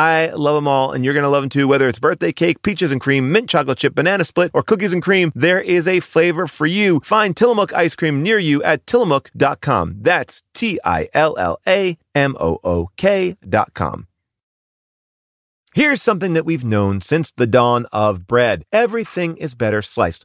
I love them all, and you're going to love them too, whether it's birthday cake, peaches and cream, mint chocolate chip, banana split, or cookies and cream. There is a flavor for you. Find Tillamook ice cream near you at tillamook.com. That's T I L L A M O O K.com. Here's something that we've known since the dawn of bread. Everything is better sliced.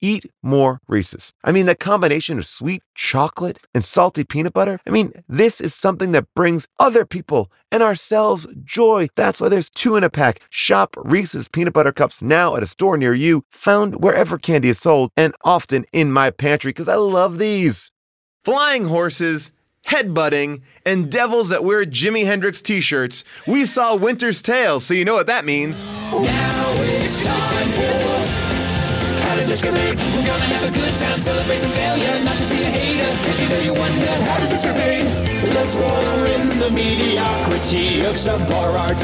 eat more Reese's. I mean, that combination of sweet chocolate and salty peanut butter. I mean, this is something that brings other people and ourselves joy. That's why there's two in a pack. Shop Reese's peanut butter cups now at a store near you, found wherever candy is sold, and often in my pantry because I love these. Flying horses headbutting, and devils that wear Jimi Hendrix t shirts, we saw Winter's Tale, so you know what that means. Now it's time for How did this get made? We're gonna have a good time, celebrate some failure, not just be a hater. Cause you know you wonder, how did this get made? Let's water in the mediocrity of subpar art.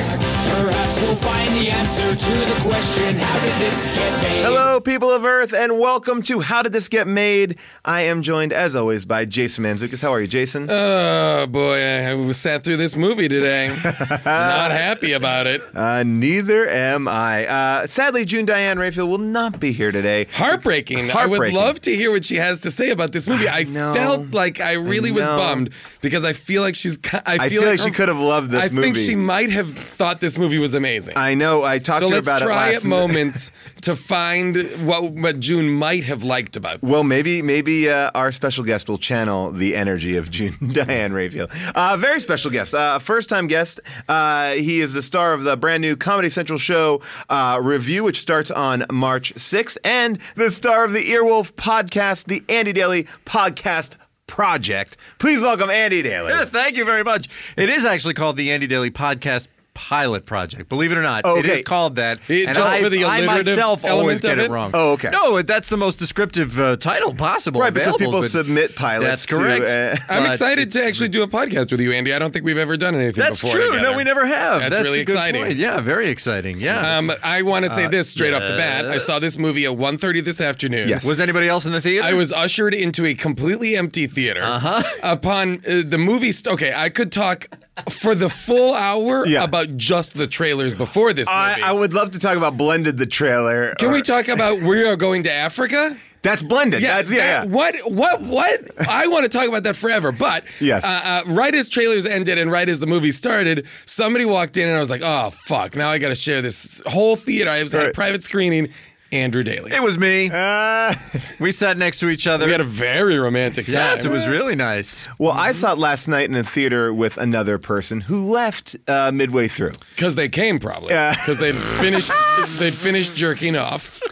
Perhaps we'll find the answer to the question, how did this get made? Hello, people of Earth, and welcome to How Did This Get Made? I am joined, as always, by Jason Manzukis. How are you, Jason? Oh boy, I was sat through this movie today. Not happy about it. Uh, neither am I. Uh, sadly, June Diane Rayfield will not be here today. Heartbreaking. I would Heartbreaking. love to hear what she has to say about this movie. I, know. felt like I really was know. bummed because I feel like she's. ki- I feel, I feel like she could have loved this I movie. think she might have thought this movie was amazing. I know. I talked so to her let's about it try at last moments to find what, what June might have liked about. This. Well, maybe maybe uh, our special guest will channel the energy of June Diane Raphael. Uh, very special guest, uh, first time guest. Uh, he is the star of the brand new Comedy Central show uh, Review, which starts on March 6th, and the star of the Earwolf podcast, the Andy Daly Podcast Project. Please welcome Andy Daly. Yeah, thank you very much. It is actually called the Andy Daly Podcast Pilot Project. Believe it or not, it Okay. is called that. It- just I, for the I alliterative myself element always get of it, it? wrong. Oh, okay. No, that's the most descriptive uh, title possible. Right, because people available, but- submit pilots That's to, correct. uh, I'm but excited it's- to actually do a podcast with you, Andy. I don't think we've ever done anything That's before. true. together. No, we never have. That's really a good exciting. point. Yeah, very exciting. Yeah. Um, I want to say this straight off the bat. I yes. saw this movie at 1.30 this afternoon. Yes. was anybody else in the theater? I was ushered into a completely empty theater. Uh-huh. Upon uh, the movie, st- okay, I could talk for the full hour Yeah. about just the trailers before this I, movie. I would love to talk about Blended the trailer. Can or- we talk about we are going to Africa? That's Blended. That's, yeah, yeah. that- What? What? What? I want to talk about that forever. But Yes. uh, uh, right as trailers ended and right as the movie started, somebody walked in and I was like, "Oh fuck! Now I got to share this whole theater." I was at a Right. private screening. Andrew Daly. it was me. Uh, we sat next to each other. We had a very romantic time. yes, it was really nice. Well, I saw it last night in a theater with another person who left uh, midway through. because they came probably Yeah. because they finished they finished jerking off.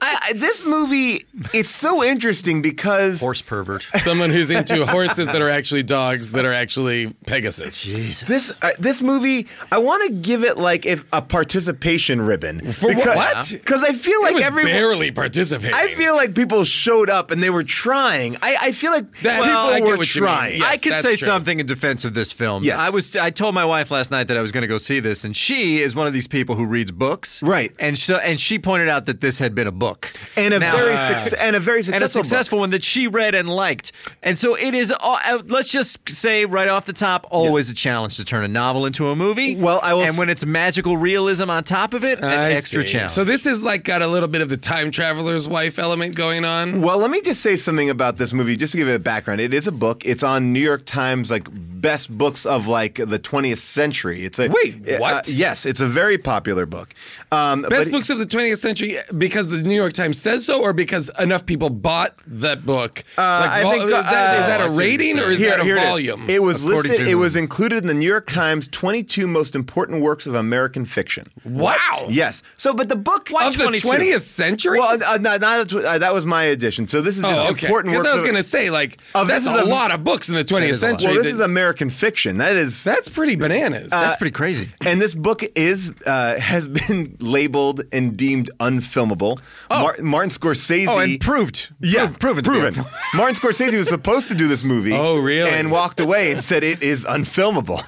I, I- this movie, it's so interesting because Horse pervert. Someone who's into horses that are actually dogs that are actually Pegasus. this uh, this movie, I want to give it like if a participation ribbon For wha- what? Because I feel like it was everyone. barely participating. I feel like people showed up and they were trying. I, I feel like That- Well, I people get were what you mean. trying. Yeah. I Yes, can that's say true. something in defense of this film. Yes. I was. I told my wife last night that I was going to go see this, and she is one of these people who reads books, Right. And so, and she pointed out that this had been a book And a Now- uh, very uh, suc- and a very and successful a successful one that she read and liked. And so it is. all- uh, Let's just say right off the top, always a challenge to turn a novel into a movie. Well, I will And s- when it's magical realism on top of it, an I extra see. challenge. So this is like got a little bit of the time traveler's wife element going on. Well, let me just say something about this movie, just to give it a background. It is a book. It's on New York Times like best books of like the 20th century. It's a Wait, uh, what? yes, it's a very popular book. Um, Best but- books of the 20th century because the New York Times says so, or because enough people bought that book. Uh, I think, is, that, is uh, that I a see what rating or is Here- that a here it is. volume? It, was According listed. to- It was included in the New York Times 22 most important works of American fiction. wow. Yes. So, but the book Of the 20th century. Well, uh, no, not, uh, that was my edition. So this is just oh, okay. important Because works. I was of- going to say, like, Oh, this that's is a, a- lot of books in the 20th is a lot. century. well, this that- is Uh, American fiction. That is that's pretty bananas. that's pretty crazy. And this book is uh, has been labeled and deemed unfilmable. Oh. Mar- Martin Scorsese. Oh, and proved. yeah, proven, proven. Martin Scorsese was supposed to do this movie. Oh, really? And walked away and said it is unfilmable.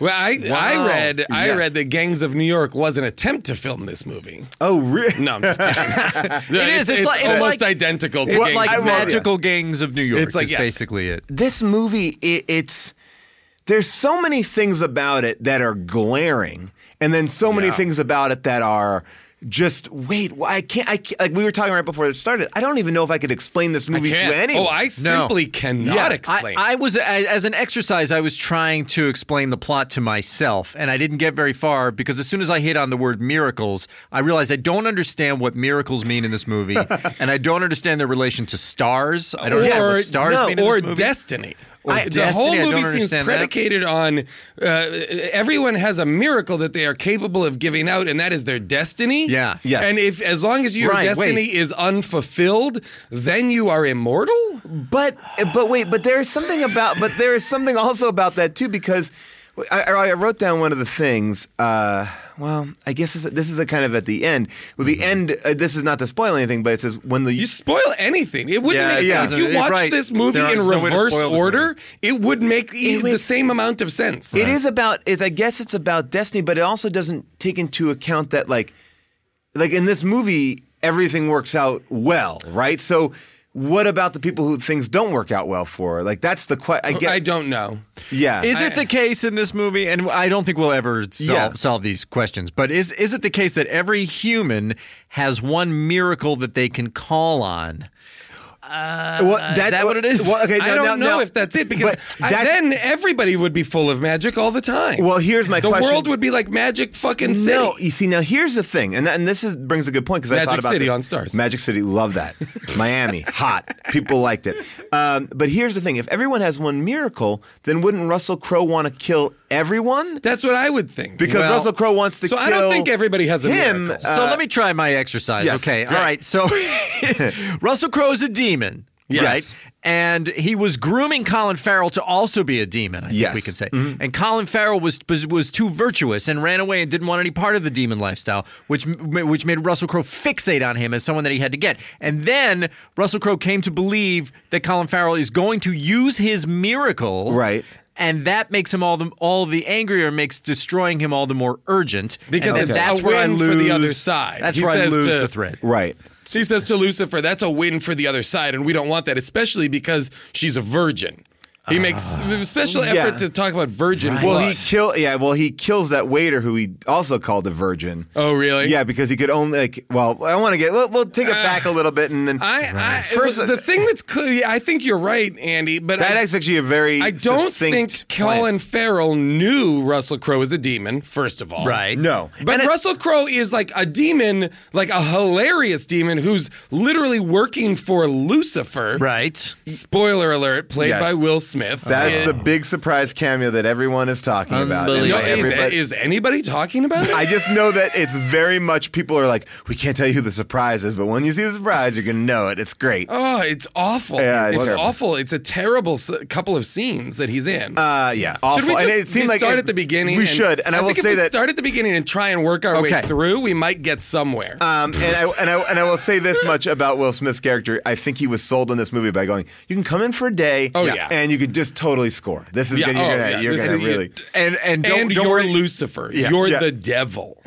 well, I, I read I Yes. read that Gangs of New York was an attempt to film this movie. Oh, really? No, I'm just kidding. it is. It's like- it's almost like- identical to It's Gangs like I of New York. love magical gangs of New York. It's like, is yes. basically it. This movie, it, it's there's so many things about it that are glaring, and then so many things about it that are. Just wait. why- I can't. I can't, like we were talking right before it started. I don't even know if I could explain this movie to Can't- anyone. Oh, I simply cannot Yeah, I- explain. I, I was as, as an exercise, I was trying to explain the plot to myself, and I didn't get very far because as soon as I hit on the word miracles, I realized I don't understand what miracles mean in this movie, and I don't understand their relation to stars. I don't know or what stars no, mean in or this movie. destiny. Or I- the destiny, I whole don't movie seems understand that. predicated on uh, everyone has a miracle that they are capable of giving out, and that is their destiny. Yeah. Yes. And if as long as your Right, destiny wait. is unfulfilled, then you are immortal. But but wait, but there is something about but there is something also about that too because I, I I wrote down one of the things. Uh, well, I guess this, this is a kind of at the end. Well, the end. Uh, this is not to spoil anything, but it says when the Mm-hmm. You spoil anything. It wouldn't Yeah, make it sense. doesn't. If you It's watched right. this movie There in is no way to reverse spoil this order, movie. it would make e- It the makes- same amount of sense. It is about it's I guess it's about destiny, but it also doesn't take into account that like like in this movie everything works out well, right? So what about the people who things don't work out well for? Like that's the question. I get. I don't know. yeah. Is it the case in this movie? And I don't think we'll ever solve, Yeah. solve these questions. But is is it the case that every human has one miracle that they can call on? Uh, Well, is that what it is? Well, okay, I now- don't now- know now- if that's it because but I- that's- then everybody would be full of magic all the time. Well, here's my the question. world would be like magic fucking city. No, you see, now here's the thing, and, and this is, brings a good point because I Magic thought about City this. on Stars. Magic City, love that. Miami, hot. People liked it. Um, but here's the thing: if everyone has one miracle, then wouldn't Russell Crowe want to kill everyone? That's what I would think. Because Well- Russell Crowe wants to so kill. I don't think everybody has a him. uh, miracle. So let me try my exercise. yes, okay. right. All right. So Russell Crowe's a demon. Yes. Right. And he was grooming Colin Farrell to also be a demon, I think Yes. Mm-hmm. we can say. And Colin Farrell was, was was too virtuous and ran away and didn't want any part of the demon lifestyle, which m- which made Russell Crowe fixate on him as someone that he had to get. And then Russell Crowe came to believe that Colin Farrell is going to use his miracle. Right. And that makes him all the all the angrier, makes destroying him all the more urgent. Because And it's that's a where I win lose for the other side. That's He where I says lose to- the thread. Right. she says to Lucifer, "That's a win for the other side, and we don't want that, especially because she's a virgin." He makes a special Ah. Yeah. effort to talk about virgin Well, he blood. kill. Yeah. Well, he kills that waiter who he also called a virgin. Oh, really? Yeah, because he could only like. Well, I want to get. We'll, we'll take it Uh, back a little bit, and then I, I First- the thing that's clear, I think you're right, Andy, but that I, is actually a very. I don't succinct think Colin Farrell knew Russell Crowe is a demon, first of all. Right. No. But Russell Crowe is like a demon, like a hilarious demon who's literally working for Lucifer. Right. Spoiler alert, played Yes. by Will Smith. That's It- the big surprise cameo that everyone is talking about. And No, Unbelievable. is, everybody- is anybody talking about it? I just know that it's very much people are like, we can't tell you who the surprise is, but when you see the surprise, you're gonna know it. It's great. oh, it's awful. Yeah, it's it's terrible. awful. It's a terrible s- couple of scenes that he's in. Uh, yeah, awful. Should we just and it seemed like start it- at the beginning? We should, and I, will think say if we that. start at the beginning and try and work our way Okay. through. We might get somewhere. Um, and I and I and I will say this much about Will Smith's character. I think he was sold on this movie by going, "You can come in for a day, Oh, yeah. and you could just totally score. This is Yeah, gonna, you're oh, gonna, yeah, you're this gonna is- really, and and don't, and don't you're worry- Lucifer. Yeah. You're Yeah. the devil.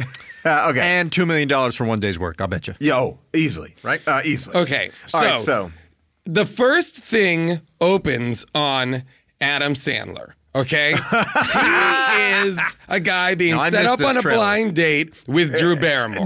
uh, okay, and two million dollars for one day's work. I'll bet you. yo, easily, Right? Uh, easily, Okay, All right, so- so The first thing opens on Adam Sandler. Okay, he is a guy being No, I set missed up this on a trailer. blind date with Drew Barrymore.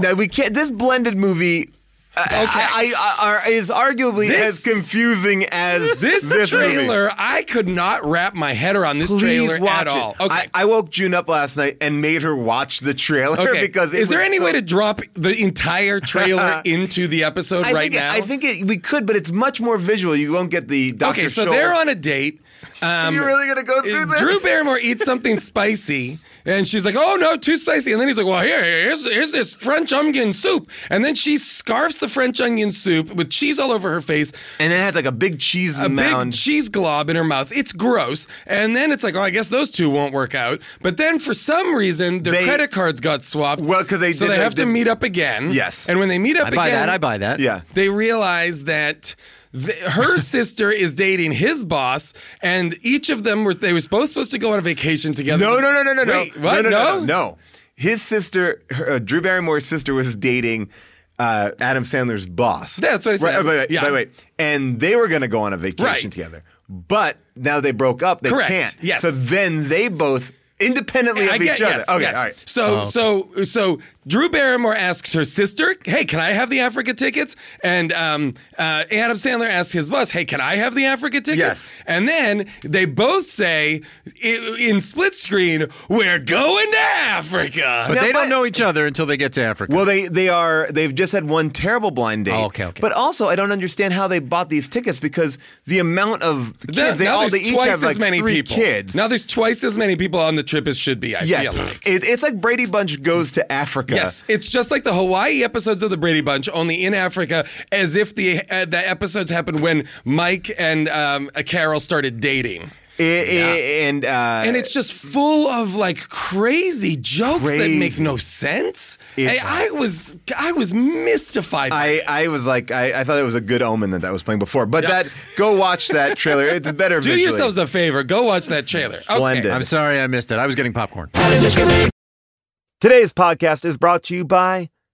now we can't. This blended movie. uh, I, I, I, are, is arguably This- as confusing as this, movie. trailer, I could not wrap my head around this trailer at all. It. I, I woke June up last night and made her watch the trailer Okay. because it is there was any so- way to drop the entire trailer into the episode I right think it- now? I think it, we could, but it's much more visual. You won't get the Dr. okay, so Scholl. they're on a date. Um, Are you really gonna go through this? Drew Barrymore eats something spicy, and she's like, "Oh no, too spicy!" And then he's like, "Well, here, here's here's this French onion soup." And then she scarfs the French onion soup with cheese all over her face, and it has like a big cheese a mound. big cheese glob in her mouth. It's gross. And then it's like, "Oh, I guess those two won't work out." But then for some reason, their They- credit cards got swapped. Well, 'cause they so did they the- have to did- meet up again. Yes. and when they meet up I buy again, that. I buy that. yeah. they realize that th- her sister is dating his boss, and each of them were they were both supposed to go on a vacation together. No, no, no, no, no, Wait, no. what? no, no, no, No? no, no. His sister, her, uh, Drew Barrymore's sister, was dating uh, Adam Sandler's boss. That's what I said. Right, wait, wait, Yeah. wait, wait. And they were going to go on a vacation Right. together, but now they broke up. They Correct. can't. Yes. So then they both independently I of get each other. yes, okay, yes. all right. Oh, So so so Drew Barrymore asks her sister, "Hey, can I have the Africa tickets?" And um, uh, Adam Sandler asks his boss, "Hey, can I have the Africa tickets?" Yes. And then they both say i- in split screen, "We're going to Africa." But Now, they my- don't know each other until they get to Africa. Well, they they are they've just had one terrible blind date. Oh, okay, okay. But also, I don't understand how they bought these tickets because the amount of kids Now- they now all they there's each twice have like as many three people. kids. Now there's twice as many people on the trip as should be. I yes, feel like. it, it's like Brady Bunch goes to Africa. Yes, it's just like the Hawaii episodes of the Brady Bunch, only in Africa, as if the uh, the episodes happened when Mike and um, uh, Carol started dating, I- I- and uh, and it's just full of like crazy jokes that make Crazy. no sense. It's- I, I was I was mystified. by I, this. I was like I, I thought it was a good omen that that was playing before, but Yeah. that go watch that trailer. It's better. do visually. yourselves a favor, go watch that trailer. Okay. Splendid. I'm sorry, I missed it. I was getting popcorn. Today's podcast is brought to you by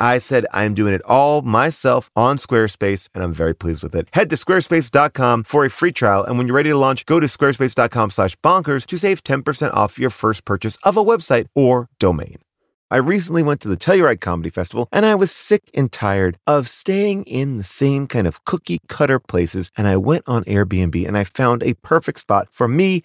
I said I'm doing it all myself on Squarespace, and I'm very pleased with it. Head to squarespace.com for a free trial, and when you're ready to launch, go to squarespace.com slash bonkers to save 10% off your first purchase of a website or domain. I recently went to the Telluride Comedy Festival and I was sick and tired of staying in the same kind of cookie cutter places. And I went on Airbnb and I found a perfect spot for me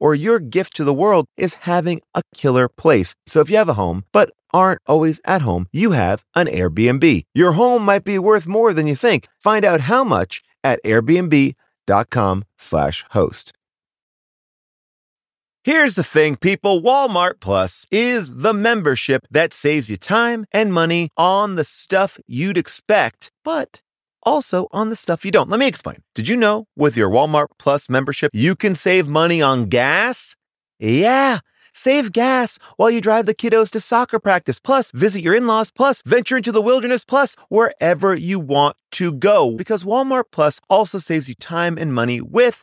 or your gift to the world is having a killer place. So if you have a home, but aren't always at home, you have an Airbnb. Your home might be worth more than you think. Find out how much at airbnb.com slash host. Here's the thing, people. Walmart Plus is the membership that saves you time and money on the stuff you'd expect, but also on the stuff you don't. Let me explain. Did you know with your Walmart Plus membership, you can save money on gas? Yeah. Save gas while you drive the kiddos to soccer practice, plus visit your in laws, plus venture into the wilderness, plus wherever you want to go. Because Walmart Plus also saves you time and money with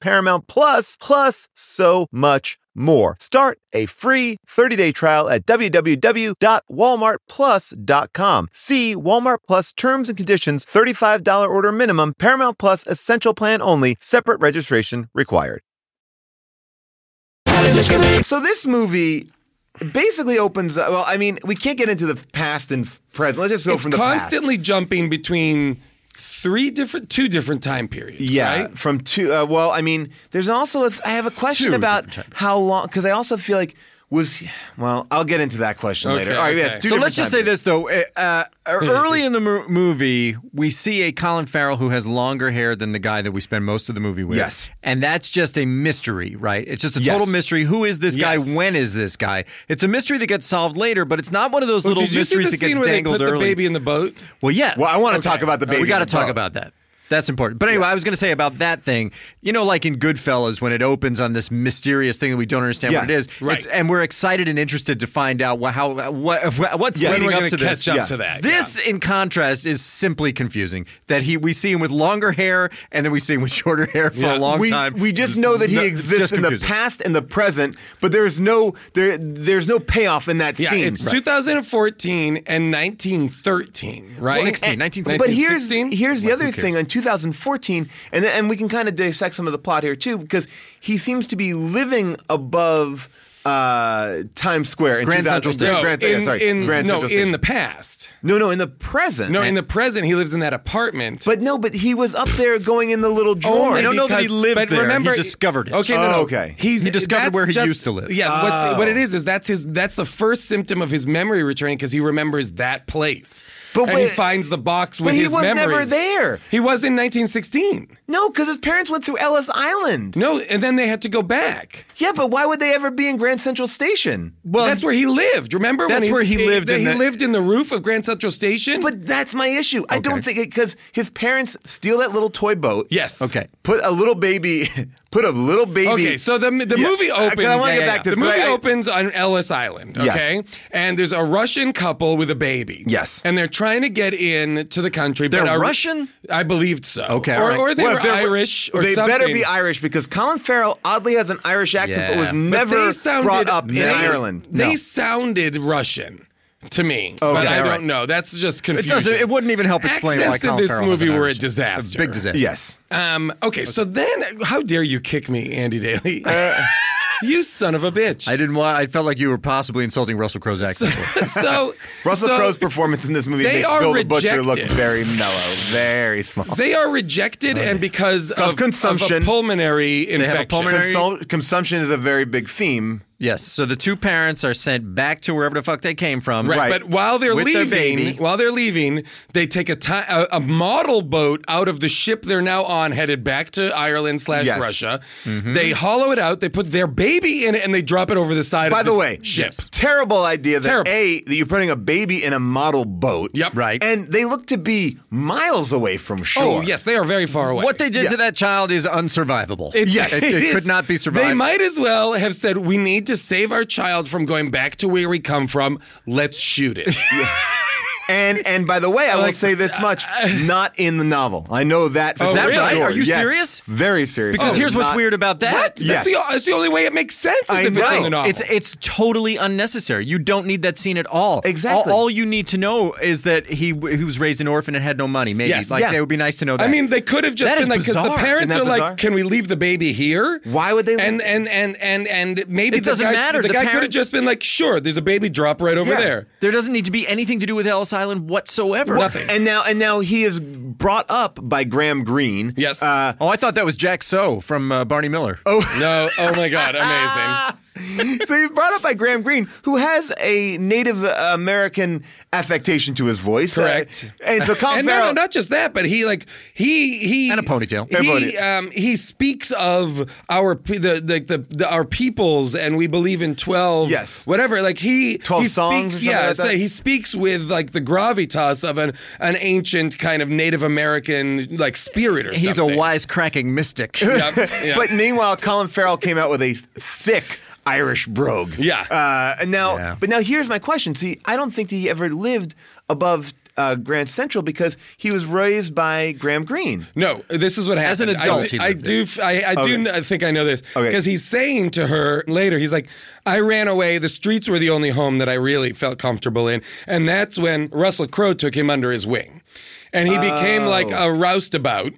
Paramount Plus plus so much more. Start a free 30-day trial at www.walmartplus.com. See Walmart Plus terms and conditions, $35 order minimum, Paramount Plus essential plan only, separate registration required. So this movie basically opens up. Well, I mean, we can't get into the past and present. Let's just go It's from the constantly jumping between three different, two different time periods. past. Yeah, right? from two. Uh, well, I mean, there's also a, I have a question Two about different how long because I also feel like was well, I'll get into that question later. Okay, All right, yeah, okay. it's two So different let's just time say periods. this though: uh, uh, early in the mo- movie, we see a Colin Farrell who has longer hair than the guy that we spend most of the movie with. Yes. and that's just a mystery, right? It's just a Yes. total mystery. Who is this Yes. guy? When is this guy? It's a mystery that gets solved later, but it's not one of those Well, little did you see mysteries the that gets scene where they dangled put the early. baby in the boat? Well, yeah. Well, I want to talk uh, about the baby. Uh, we got to in the talk boat. about that. That's important. But anyway, I was going to say about that thing. You know, like in Goodfellas, when it opens on this mysterious thing that we don't understand Yeah, what it is, right. it's, and we're excited and interested to find out wha- how what, what what's When leading we're up gonna to this. catch up Yeah. to that. This, in contrast, is simply confusing. That he we see him with longer hair, and then we see him with shorter hair for Yeah. a long we, time. We just know that he no- exists just in the confusing. past and the present, but there's no there there's no payoff in that Yeah, scene. it's 2014 and 1913, right? Well, 16, and- 1916. But here's 1916? here's the Who other cares? thing. In 2014, and and we can kind of dissect some of the plot here too, because he seems to be living above uh, Times Square in Grand 2000 Central Station. No, No, Grand, in, sorry, in- Grand no, Central Station. in the past. no, no, in the present. No, in the present, he lives in that apartment. but no, but he was up there going in the Oh, little drawer. I don't know that he because- lived but there. He Remember, discovered it. Okay, no, Oh, no. okay. He's, He discovered that's where he just- used to live. Yeah, Oh. what's, what it is is that's his. That's the first symptom of his memory returning because he remembers that place. But and he wait- finds the box with but he his was never memories. there. He was in 1916. No, because his parents went through Ellis Island. No, and then they had to go back. Yeah, but why would they ever be in Grand Central Station? Well, that's where he lived. Remember? when That's where he lived He, in the- lived in the roof of Grand Central Station. But that's my issue. I don't think it because his parents steal that little toy boat. yes. Okay. Put a little baby. Put a little baby. Okay, so the the Yeah, movie I- 'cause opens. I wanna get back to the this, 'cause movie I- I- opens on Ellis Island. Yes. Okay, and there's a Russian couple with a baby. Yes. and they're trying to get in to the country. They're but are- Russian? I believed so. Okay, all or, right. or they Well, if were they're- Irish or they something. better be Irish because Colin Farrell oddly has an Irish accent, but Yeah. was But never they sounded, brought up they- in Ireland. They sounded Russian. To me, but I all don't right. know. That's just It confusing. doesn't. It wouldn't even help explain Accents why in Colin this Farrell has movie an were a Irish- disaster. big disaster. yes. Um, okay, so then, how dare you kick me, Andy Daly? you son of a bitch! I didn't want. I felt like you were possibly insulting Russell Crowe's accent. so Russell so Crowe's performance in this movie they makes are Bill the Butcher look rejected. very mellow, very small. They are rejected, and because of, consumption. of a pulmonary infection. have a pulmonary- Consum- consumption is a very big theme. Yes. So the two parents are sent back to wherever the fuck they came from. Right, Right. but while they're With their leaving, baby. while they're leaving, they take a, ti- a a model boat out of the ship they're now on, headed back to Ireland slash Yes. Russia. Mm-hmm. They hollow it out, they put their baby in it, and they drop it over the side. By of the this way, ship. terrible idea that Terrible. a that you're putting a baby in a model boat. Yep. Right. And they look to be miles away from Oh shore. yes, they are very far away. What they did Yeah. to that child is unsurvivable. It, Yes. it, it is- could not be survived. They might as well have said, "We need to save our child from going back to where we come from. Let's shoot it." And and by the way, I will Like- say this much: not in the novel. I know that. For Is that certain. right? Sure. Are you Yes. serious? Very serious. Because It here's is what's not- weird about that. What? Yes. That's, the, that's the only way it makes sense is I if it's know. in the novel. It's it's totally unnecessary. You don't need that scene at all. Exactly. All, all you need to know is that he w- he was raised an orphan and had no money. Maybe Yes. like Yeah. it would be nice to know that. I mean, they could have just That been is like, because the bizarre. parents Isn't are that like, bizarre? "Can we leave the baby here?" Why would they leave And it? and and and and maybe It the doesn't guy, matter. The, The guy could have parents- just been like, "Sure, there's a baby drop right over Yeah. there." there doesn't need to be anything to do with Ellis Island whatsoever. Nothing. And now and now he is brought up by Graham Greene. Yes. Uh, Oh, I thought that was Jack So from uh, Barney Miller. Oh, No. Oh my God. Amazing. so he's brought up by Graham Greene, who has a Native American affectation to his voice. Correct. Uh, and so Colin and no, no, Farrell. not just that, but he like he he And a ponytail. And a He um he speaks of our pe- the the, the, the our peoples and we believe in twelve. Yes. whatever. Like he 12 songs he or Speaks, something yeah, like so that? he speaks with like the gravitas of an an ancient kind of Native American like spirit or he's a something. wisecracking mystic. Yep, yeah. But meanwhile, Colin Farrell came out with a thick Irish brogue. Yeah. Uh, and now, Yeah. but now here's my question. See, I don't think that he ever lived above uh, Grand Central because he was raised by Graham Greene. No, this is what happened. As an adult, he I, lived do, I do, I, I do Okay. kn- I think I know this Okay. because he's saying to her later, he's like, "I ran away. The streets were the only home that I really felt comfortable in," and that's when Russell Crowe took him under his wing, and he became like Oh. a roustabout.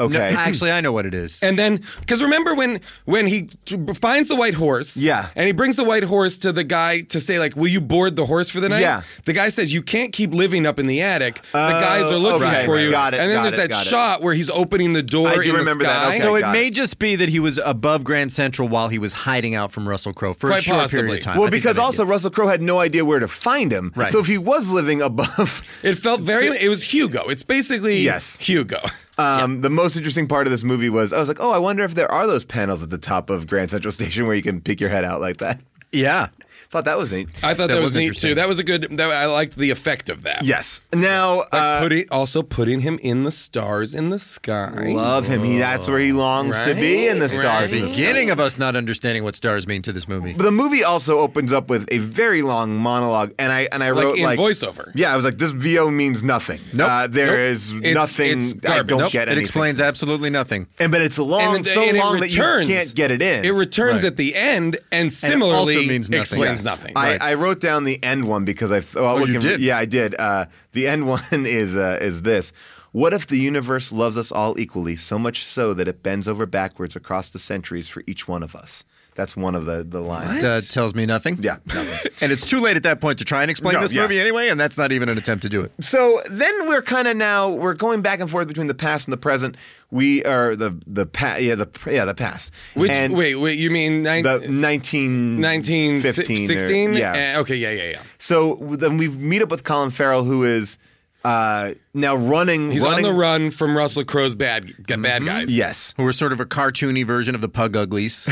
Okay. No, actually, I know what it is. And then, because remember when when he t- finds the white horse, Yeah. and he brings the white horse to the guy to say like, "Will you board the horse for the night?" Yeah. The guy says, "You can't keep living up in the attic. The Oh, guys are looking okay, for right, you." got it, and then got there's it, that got it. shot where he's opening the door. I do in the remember that, sky. okay. so it got may it. just be that he was above Grand Central while he was hiding out from Russell Crowe for a Quite short period possibly. of time. well, I think because that may be also it. Russell Crowe had no idea where to find him. Right. So if he was living above It felt very. It was Hugo. It's basically Yes. Hugo. Um, The most interesting part of this movie was I was like, oh, I wonder if there are those panels at the top of Grand Central Station where you can pick your head out like that. yeah. Thought that was neat. I thought that, That was, was neat interesting. too. That was a good. That, I liked the effect of that. yes. Now, uh, Putting also putting him in the stars in the sky. love him. He that's where he longs to be in the Right, stars. right. in the sky. Beginning of us not understanding what stars mean to this movie. But the movie also opens up with a very long monologue, and I and I Like wrote in like voiceover. Yeah, I was like, this VO means nothing. Nope. Uh, there Nope. is It's- nothing. it's I garbage. don't Nope. get it anything. explains absolutely nothing. And but it's long, and it- so and it long returns. that you can't get it in. It returns Right. at the end, and similarly means nothing. explains Yeah. nothing. I, Right. Oh, I wrote down the end one because I. th- Well, you looking- did? Yeah, I did. Uh, the end one is uh, is this. What if the universe loves us all equally, so much so that it bends over backwards across the centuries for each one of us? That's one of the the lines. Uh, tells me nothing. Yeah. nothing. And it's too late at that point to try and explain No, this yeah. movie anyway, and that's not even an attempt to do it. so then we're kind of now we're going back and forth between the past and the present. We are the the pa- yeah the pr- yeah the past. Which and wait, uh, wait, you mean nine, The 19, 15 or- 1916? yeah. Eh, okay, yeah, yeah, yeah. So then we meet up with Colin Farrell, who is uh, now running. He's running, Mm-hmm. on the run from Russell Crowe's bad g- bad guys. Yes. Who are sort of a cartoony version of the Pug Uglies,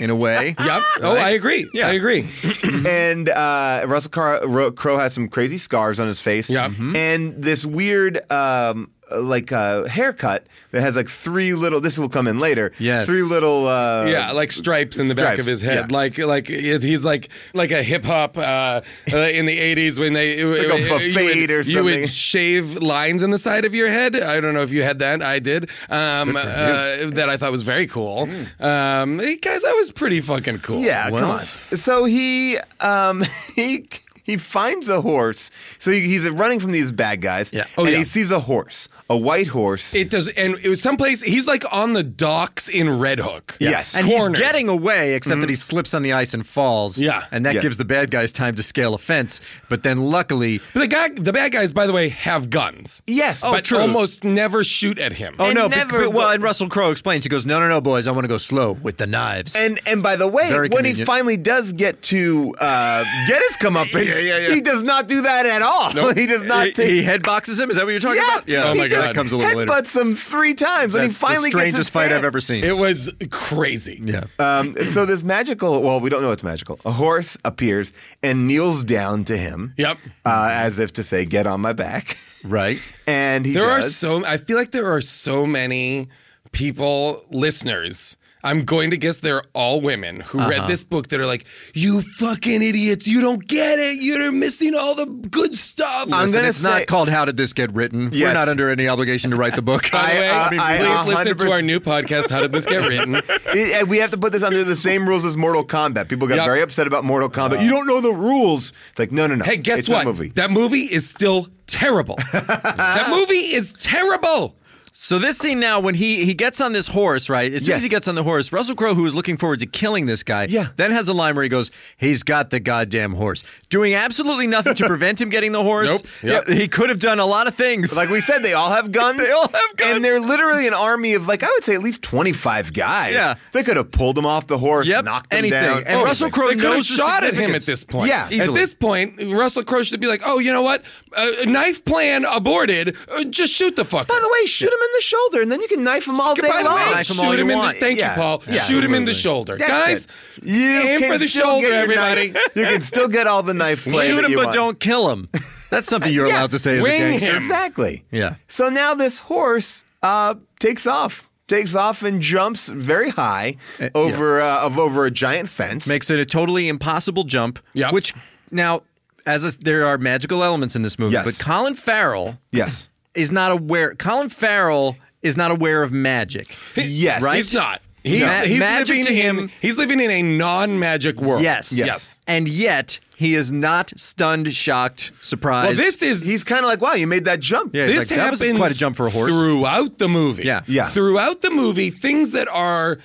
in a way. Yep. Oh, I agree. Yeah. I agree. and uh, Russell Car- Ro- Crowe has some crazy scars on his face. Yeah. Mhm. And this weird. Um, uh, like uh, haircut that has like three little. This will come in later. Yes. three little. Uh, yeah, like stripes in the back of stripes, his head, yeah. like like it- he's like like a hip hop uh, uh, in the eighties when they a buffet or You something. would shave lines in the side of your head. I don't know if you had that. I did. Um, uh, that I thought was very cool. Um, guys, that was pretty fucking cool. Hmm. Yeah, Well. come on. So he um, he he finds a horse. So he, he's running from these bad guys. Yeah. Oh, and yeah. he sees a horse, a white horse. It does, and it was someplace. He's like on the docks in Red Hook. Yes. And Cornered. he's getting away, except that he slips on the ice and falls. Yeah. And that Mm-hmm. Yeah. gives the bad guys time to scale a fence. But then luckily, But the guy, the bad guys, by the way, have guns. yes, but but almost. almost never shoot at him. oh And no! bec- never but- well, will- and Russell Crowe explains. He goes, "No, no, no, boys! I want to go slow with the knives." And and by the way, Very when he convenient. finally does get to uh, get his comeuppance, Yeah, yeah, yeah. he does not do that at all. he does not he, take. he headboxes him. Is that what you're talking about? yeah, Yeah. Oh he my just God. That comes a little later. Headbutts him three times, and he That's finally the strangest gets his fight hand. I've ever seen. it was crazy. yeah. Um, so this magical, well, we don't know it's magical. A horse appears and kneels down to him. Yep. Uh, as if to say, "Get on my back," Right. and he There are does. so I feel like there are so many people listeners. I'm going to guess they're all women who Uh-huh. read this book that are like, "You fucking idiots! You don't get it. You're missing all the good stuff." I'm Listen, gonna it's say- not called How Did This Get Written? We're Yes. not under any obligation to write the book. By the way, I- uh, I- I please listen to 100% our new podcast. How did this get written? It- and we have to put this under the same rules as Mortal Kombat. People got Yep. very upset about Mortal Kombat. you don't know the rules. It's like, no, no, no. Hey, guess it's what? A movie. That movie is still terrible. that movie is terrible. So this scene now, when he he gets on this horse, right? As soon Yes. as he gets on the horse, Russell Crowe, who is looking forward to killing this guy, Yeah. then has a line where he goes, "He's got the goddamn horse," doing absolutely nothing to prevent him getting the horse. Nope. Yep. Yeah, He could have done a lot of things. Like we said, they all have guns. They all have guns. And they're literally an army of, like, I would say at least 25 guys. Yeah. They could have pulled him off the horse, Yep, knocked him anything. down. Oh. And Russell Crowe Oh, They could have knows the shot at him significance. at this point. Yeah, at easily. this point, Russell Crowe should be like, "Oh, you know what? Uh, knife plan aborted. Uh, just shoot the fucker." By the way, shoot him in the shoulder, and then you can knife him all day By the long. way, Knife him all shoot you him in the want. thank Yeah, you, Paul. yeah. Shoot him in Absolutely. the shoulder, That's guys. it. You aim can for the still shoulder, get your knife. everybody. You can still get all the knife play. Shoot that him, you but want. don't kill him. That's something you're Yeah. allowed to say as Wing a gangster. him. Exactly. Yeah. So now this horse uh, takes off, takes off and jumps very high over uh, of over a giant fence. Makes it a totally impossible jump. Yep. Which now, as a, there are magical elements in this movie, Yes. but Colin Farrell yes, is not aware. Colin Farrell is not aware of magic. yes, Right? He's not. He's, Ma- he's magic living to him- in he's living in a non-magic world. Yes. Yes. And yet he is not stunned, shocked, Well, surprised. this is He's kind of like, wow, you made that jump. Yeah. this like, that was happens quite a jump for a horse. throughout the movie. Yeah. Yeah. Throughout the movie, things that are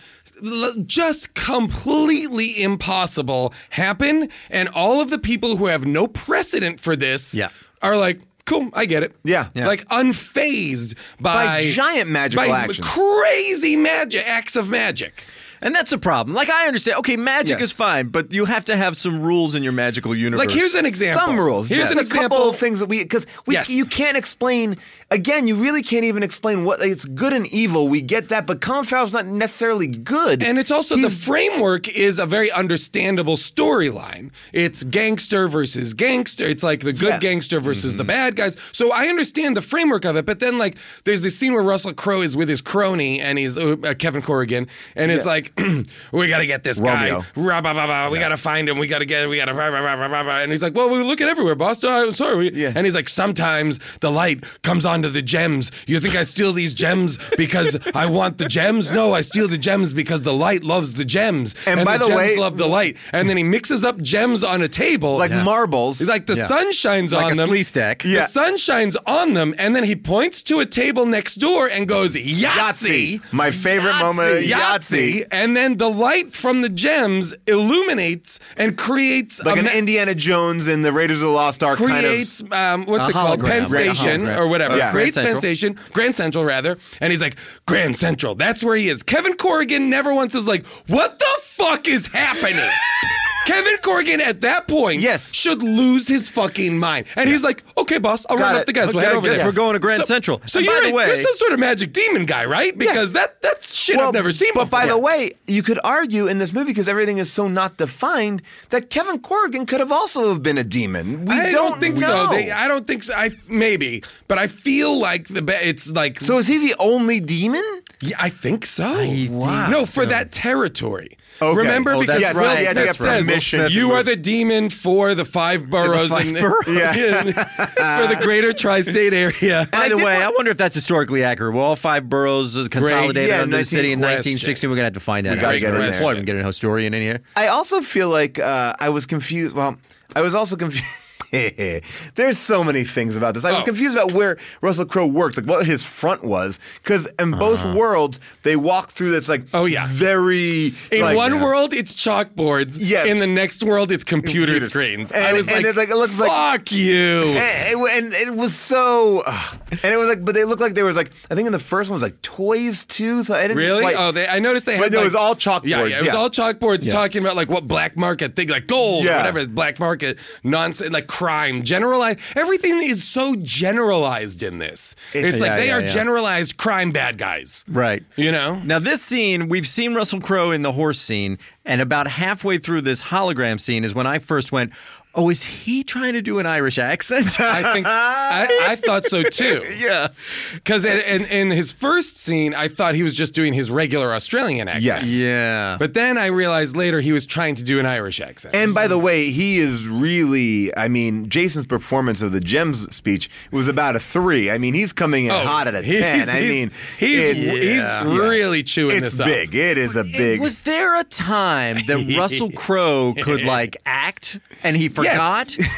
l- just completely impossible happen, and all of the people who have no precedent for this Yeah. are like, "Cool, I get it." Yeah. Yeah. like unfazed by, giant magical by actions. crazy magic acts of magic. and that's a problem. Like I understand. Okay, magic Yes. is fine, but you have to have some rules in your magical universe. Like here's an example. Some rules. Here's just an a example. couple of things that we because we Yes. you can't explain. Again, you really can't even explain what it's good and evil. We get that, but Colin Farrell's not necessarily good. And it's also the He's- framework is a very understandable storyline. It's gangster versus gangster. It's like the good Yeah. gangster versus the bad guys. So I understand the framework of it, but then like there's this scene where Russell Crowe is with his crony and he's uh, uh, Kevin Corrigan and it's like we got to get this Romeo. guy. Rah, bah, bah, bah. We got to find him. We got to get we got to rah, rah, rah, rah, rah, rah. and he's like, "Well, we were looking everywhere, boss. No, I'm sorry." We-" Yeah. And he's like, "Sometimes the light comes onto the gems. You think I steal these gems because I want the gems? No, I steal the gems because the light loves the gems. And by the gems way- love the light." And then he mixes up gems on a table. like marbles. He's like the Yeah. sun shines Like on a them. slee stack. Yeah. The sun shines on them, and then he points to a table next door and goes, Yahtzee! Yahtzee. My favorite moment of Yahtzee, Yahtzee. and then the light from the gems illuminates and creates Like a an ma- Indiana Jones and the Raiders of the Lost Ark kind of creates um, what's A it called hologram. Penn Right, a Station hologram. or whatever Yeah. creates Grand Penn Station Grand Central rather and he's like Grand Central that's where he is Kevin Corrigan never once is like what the fuck is happening Kevin Corrigan at that point Yes. should lose his fucking mind and he's like okay boss I'll run Got up it. the guys we'll Okay, head I over guess there we're going to Grand So- Central. so And you're, by the a- way- you're some sort of magic demon guy right because that that's shit I've never seen But by before. the way, you could argue in this movie because everything is so not defined that Kevin Corrigan could have also have been a demon. We I don't, think know. so. They, I don't think so. I maybe, but I feel like the be- it's like so is he the only demon? Yeah, I think so. Wow. No, for that territory. Okay. Remember, Oh, because that's Will right, Smith that's right. says, Mission. "You are the demon for the five boroughs, five in- boroughs. Yeah. for the greater tri-state area." By the did way, want- I wonder if that's historically accurate. Were all five boroughs consolidated Yeah, under 19 the city in question. 1916? We're gonna have to find that. We gotta out. get in That's there. why we can get a historian in here. I also feel like uh, I was confused. Well, I was also confused. There's so many things about this. I was Oh. confused about where Russell Crowe worked, like what his front was, because in both worlds they walk through this like Uh-huh. Oh, yeah. very In like, one world, it's chalkboards. Yes. In the next world, it's computer Computers. screens. I And- was and like, it, like, it looks "Fuck like- you." and, and Eh, it was so, ugh. and it was like, but they looked like there was like, I think in the first one was like toys too. So I didn't Really? quite- oh, they, I noticed they had. But it like- was all chalkboards, Yeah, yeah, it was yeah. all chalkboards talking about like what black market thing, like gold, Yeah. or whatever black market nonsense, like crime, generalized. Everything is so generalized in this. It's, like yeah, they yeah, are yeah. generalized crime bad guys, Right. You know. Now, this scene, we've seen Russell Crowe in the horse scene, and about halfway through this hologram scene is when I first went, oh, is he trying to do an Irish accent? I think I, I thought so too. yeah. Because in, in, in his first scene, I thought he was just doing his regular Australian accent. Yes. Yeah. But then I realized later he was trying to do an Irish accent. And by the way, he is really, I mean, Jason's performance of the Gems speech was about a three. I mean, he's coming in Oh, hot at a he's- 10. I he's- mean, he's, it- he's Yeah. really chewing it's this up. big. It is a big. Was there a time that Russell Crowe could like act and he forgot?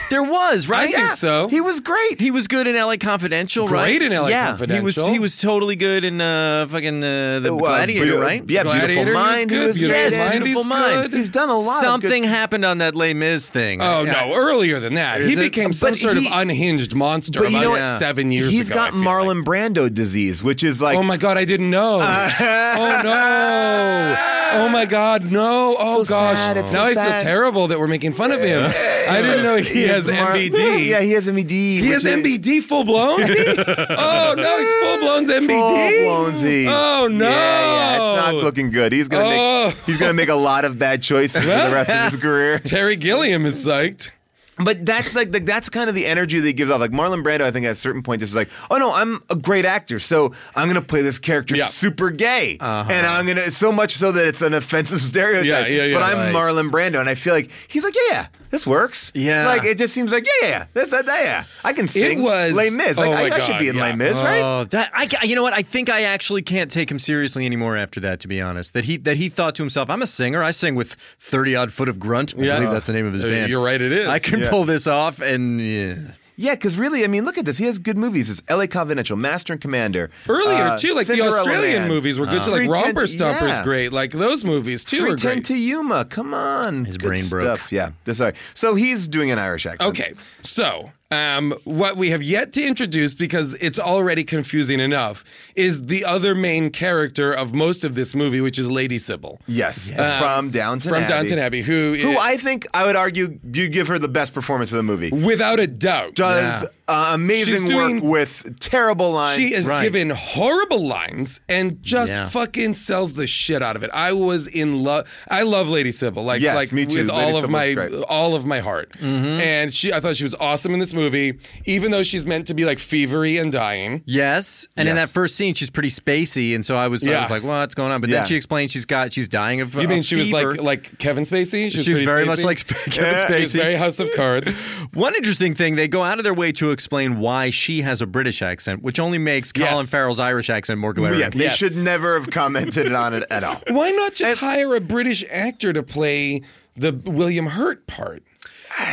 There was, right? I think Yeah. so. he was great. He was good in LA Confidential, Great right? in LA yeah, He Confidential. was he was totally good in uh fucking uh, the Uh, Gladiator, Beautiful- right? Yeah, Gladiator, Beautiful he was Mind. He good. was Beautiful Yes, great. Mind, and- beautiful he's mind. good. He's done a lot of good Something stuff. happened on that Les Mis thing. Oh Yeah. no! Earlier than that, Is he it? became some But sort he- of unhinged monster But you about know what? seven years He's ago. I got feel like. Marlon Brando disease, which is like Oh my god! I didn't know. oh no! Oh my god! No! Oh So gosh! sad, it's so now I sad. feel terrible that we're making fun of him. I didn't know he has Mar- MBD. Yeah, he has MBD. He has MBD full blown. oh no, he's full blown MBD. Full-blown-sy. Oh no, Yeah, yeah, it's not looking good. He's gonna Oh. make he's gonna make a lot of bad choices for the rest of his career. Terry Gilliam is psyched. But that's like the, that's kind of the energy that he gives off. Like Marlon Brando, I think at a certain point, just is like, oh no, I'm a great actor, so I'm gonna play this character Yeah. Uh-huh. super gay, and I'm gonna so much so that it's an offensive stereotype. Yeah, yeah, yeah. but I'm Right. Marlon Brando, and I feel like he's like, yeah, yeah, this works. Yeah. like it just seems like, yeah, yeah, yeah, that's that, that, yeah, I can sing. was- Les Mis. Like, oh I, my I should God, be in yeah. Uh-huh. Les Mis, right? Oh, that I, ca- you know what? I think I actually can't take him seriously anymore after that. To be honest, that he that he thought to himself, "I'm a singer. I sing with thirty odd foot of grunt. I Yeah. believe that's the name of his Uh, band. you're right, it is. I can Yeah. pull this off, and yeah. Yeah, because really, I mean, look at this. He has good movies. It's L.A. Confidential, Master and Commander. Earlier uh, too, like Cinderella the Australian Man. movies were good. so like 310 Romper Stomper's yeah. great. Like those movies too are 310 great. to Yuma. Come on. His Good brain broke. Stuff. Yeah. That's all right. So he's doing an Irish accent. Okay, so um, what we have yet to introduce, because it's already confusing enough, is the other main character of most of this movie, which is Lady Sybil. Yes. Um, from Downton from Abbey. Downton Abbey, who, Who i- I think I would argue you give her the best performance of the movie. without a doubt Does uh, amazing She's doing- work with terrible lines. She is Right. given horrible lines and just Yeah. fucking sells the shit out of it. I was in love. I love Lady Sybil, like Yes, like me too. with Lady all of Sybil's my great. Mm-hmm. all of my heart. And she, I thought she was awesome in this movie, even though she's meant to be like fevery and dying. Yes, and in that Yes. first scene, she's pretty spacey, and so I was, I Yeah. was like, "What's going on?" But Yeah. then she explained she's got, she's dying of. You of mean she was fever. like like Kevin Spacey? She was, she was pretty very spacey? much like Kevin She Spacey. was very House of Cards. One interesting thing, they go out of their way to explain why she has a British accent, which only makes Yes. Colin Farrell's Irish accent more glaring. Yeah, they Yes. should never have commented on it at all. Why not just hire a British actor to play the William Hurt part?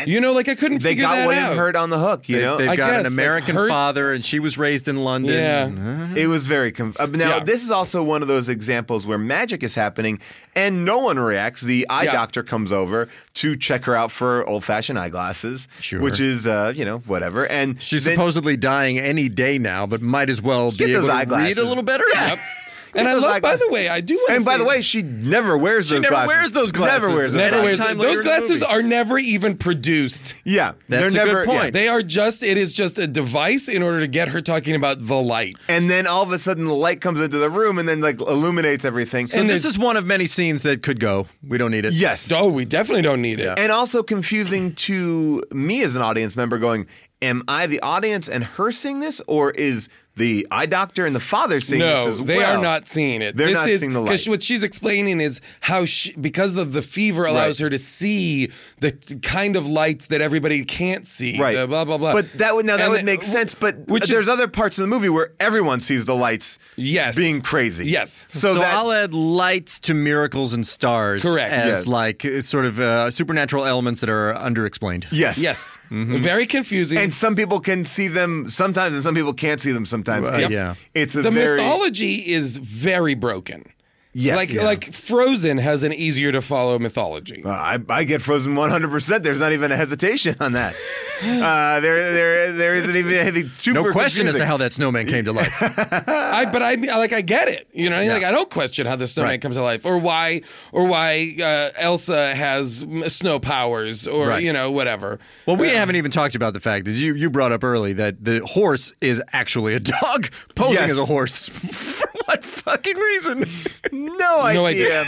You know, like I couldn't They figure got that William out. Hurt on the hook, you They, know? have I got an guess, like, American her- father, and she was raised in London. Yeah. Mhm. It was very. Conf- uh, now, Yeah. this is also one of those examples where magic is happening and no one reacts. The eye Yeah. doctor comes over to check her out for old fashioned eyeglasses, Sure. which is, uh, you know, whatever. And She's then- supposedly dying any day now, but might as well Get be those able to eyeglasses. read a little better. Yeah. And I Those love. By eyeglasses. the way, I do. wanna And by say the way, she never wears those never glasses. wears those glasses. Never wears those Never Never glasses. wears wears- Time later those in the glasses movie. are never even produced. Yeah. That's they're a good never, yeah. point. They are just it is just a device in order to get her talking about the light. And then all of a sudden the light comes into the room and then like illuminates everything. So And this there's- is one of many scenes that could go. We don't need it. yes. Oh, we definitely don't need it. And also confusing to me as an audience member going, am I the audience and her seeing this, or is the eye doctor and the father seeing No, this as they well? are not seeing it. They're this not is, seeing the Because light. what she's explaining is how she, because of the fever allows Right. her to see the t- kind of lights that everybody can't see. Right. the blah blah blah. But that would now that And would the- make sense. But uh, which there's is, other parts of the movie where everyone sees the lights Yes. being crazy. Yes. So, that I'll add lights to miracles and stars Correct. as Yeah. like uh, sort of uh, supernatural elements that are underexplained. yes. yes, very confusing. Mm-hmm. And some people can see them sometimes and some people can't see them sometimes. Right, It's- yeah. It's a the very mythology is very broken. Yes. like Yeah. like Frozen has an easier to follow mythology. Uh, I, I get frozen 100%. There's not even a hesitation on that. Uh, there, there, there isn't even anything super No question as confusing. to how that snowman came to life. I but I like I get it. You know, what I mean? like I don't question how the snowman Right. comes to life or why or why uh, Elsa has mm, snow powers or Right. you know whatever. Well, we haven't even talked about the fact that you, you brought up early that the horse is actually a dog posing Yes. as a horse. For what fucking reason? No idea. No idea.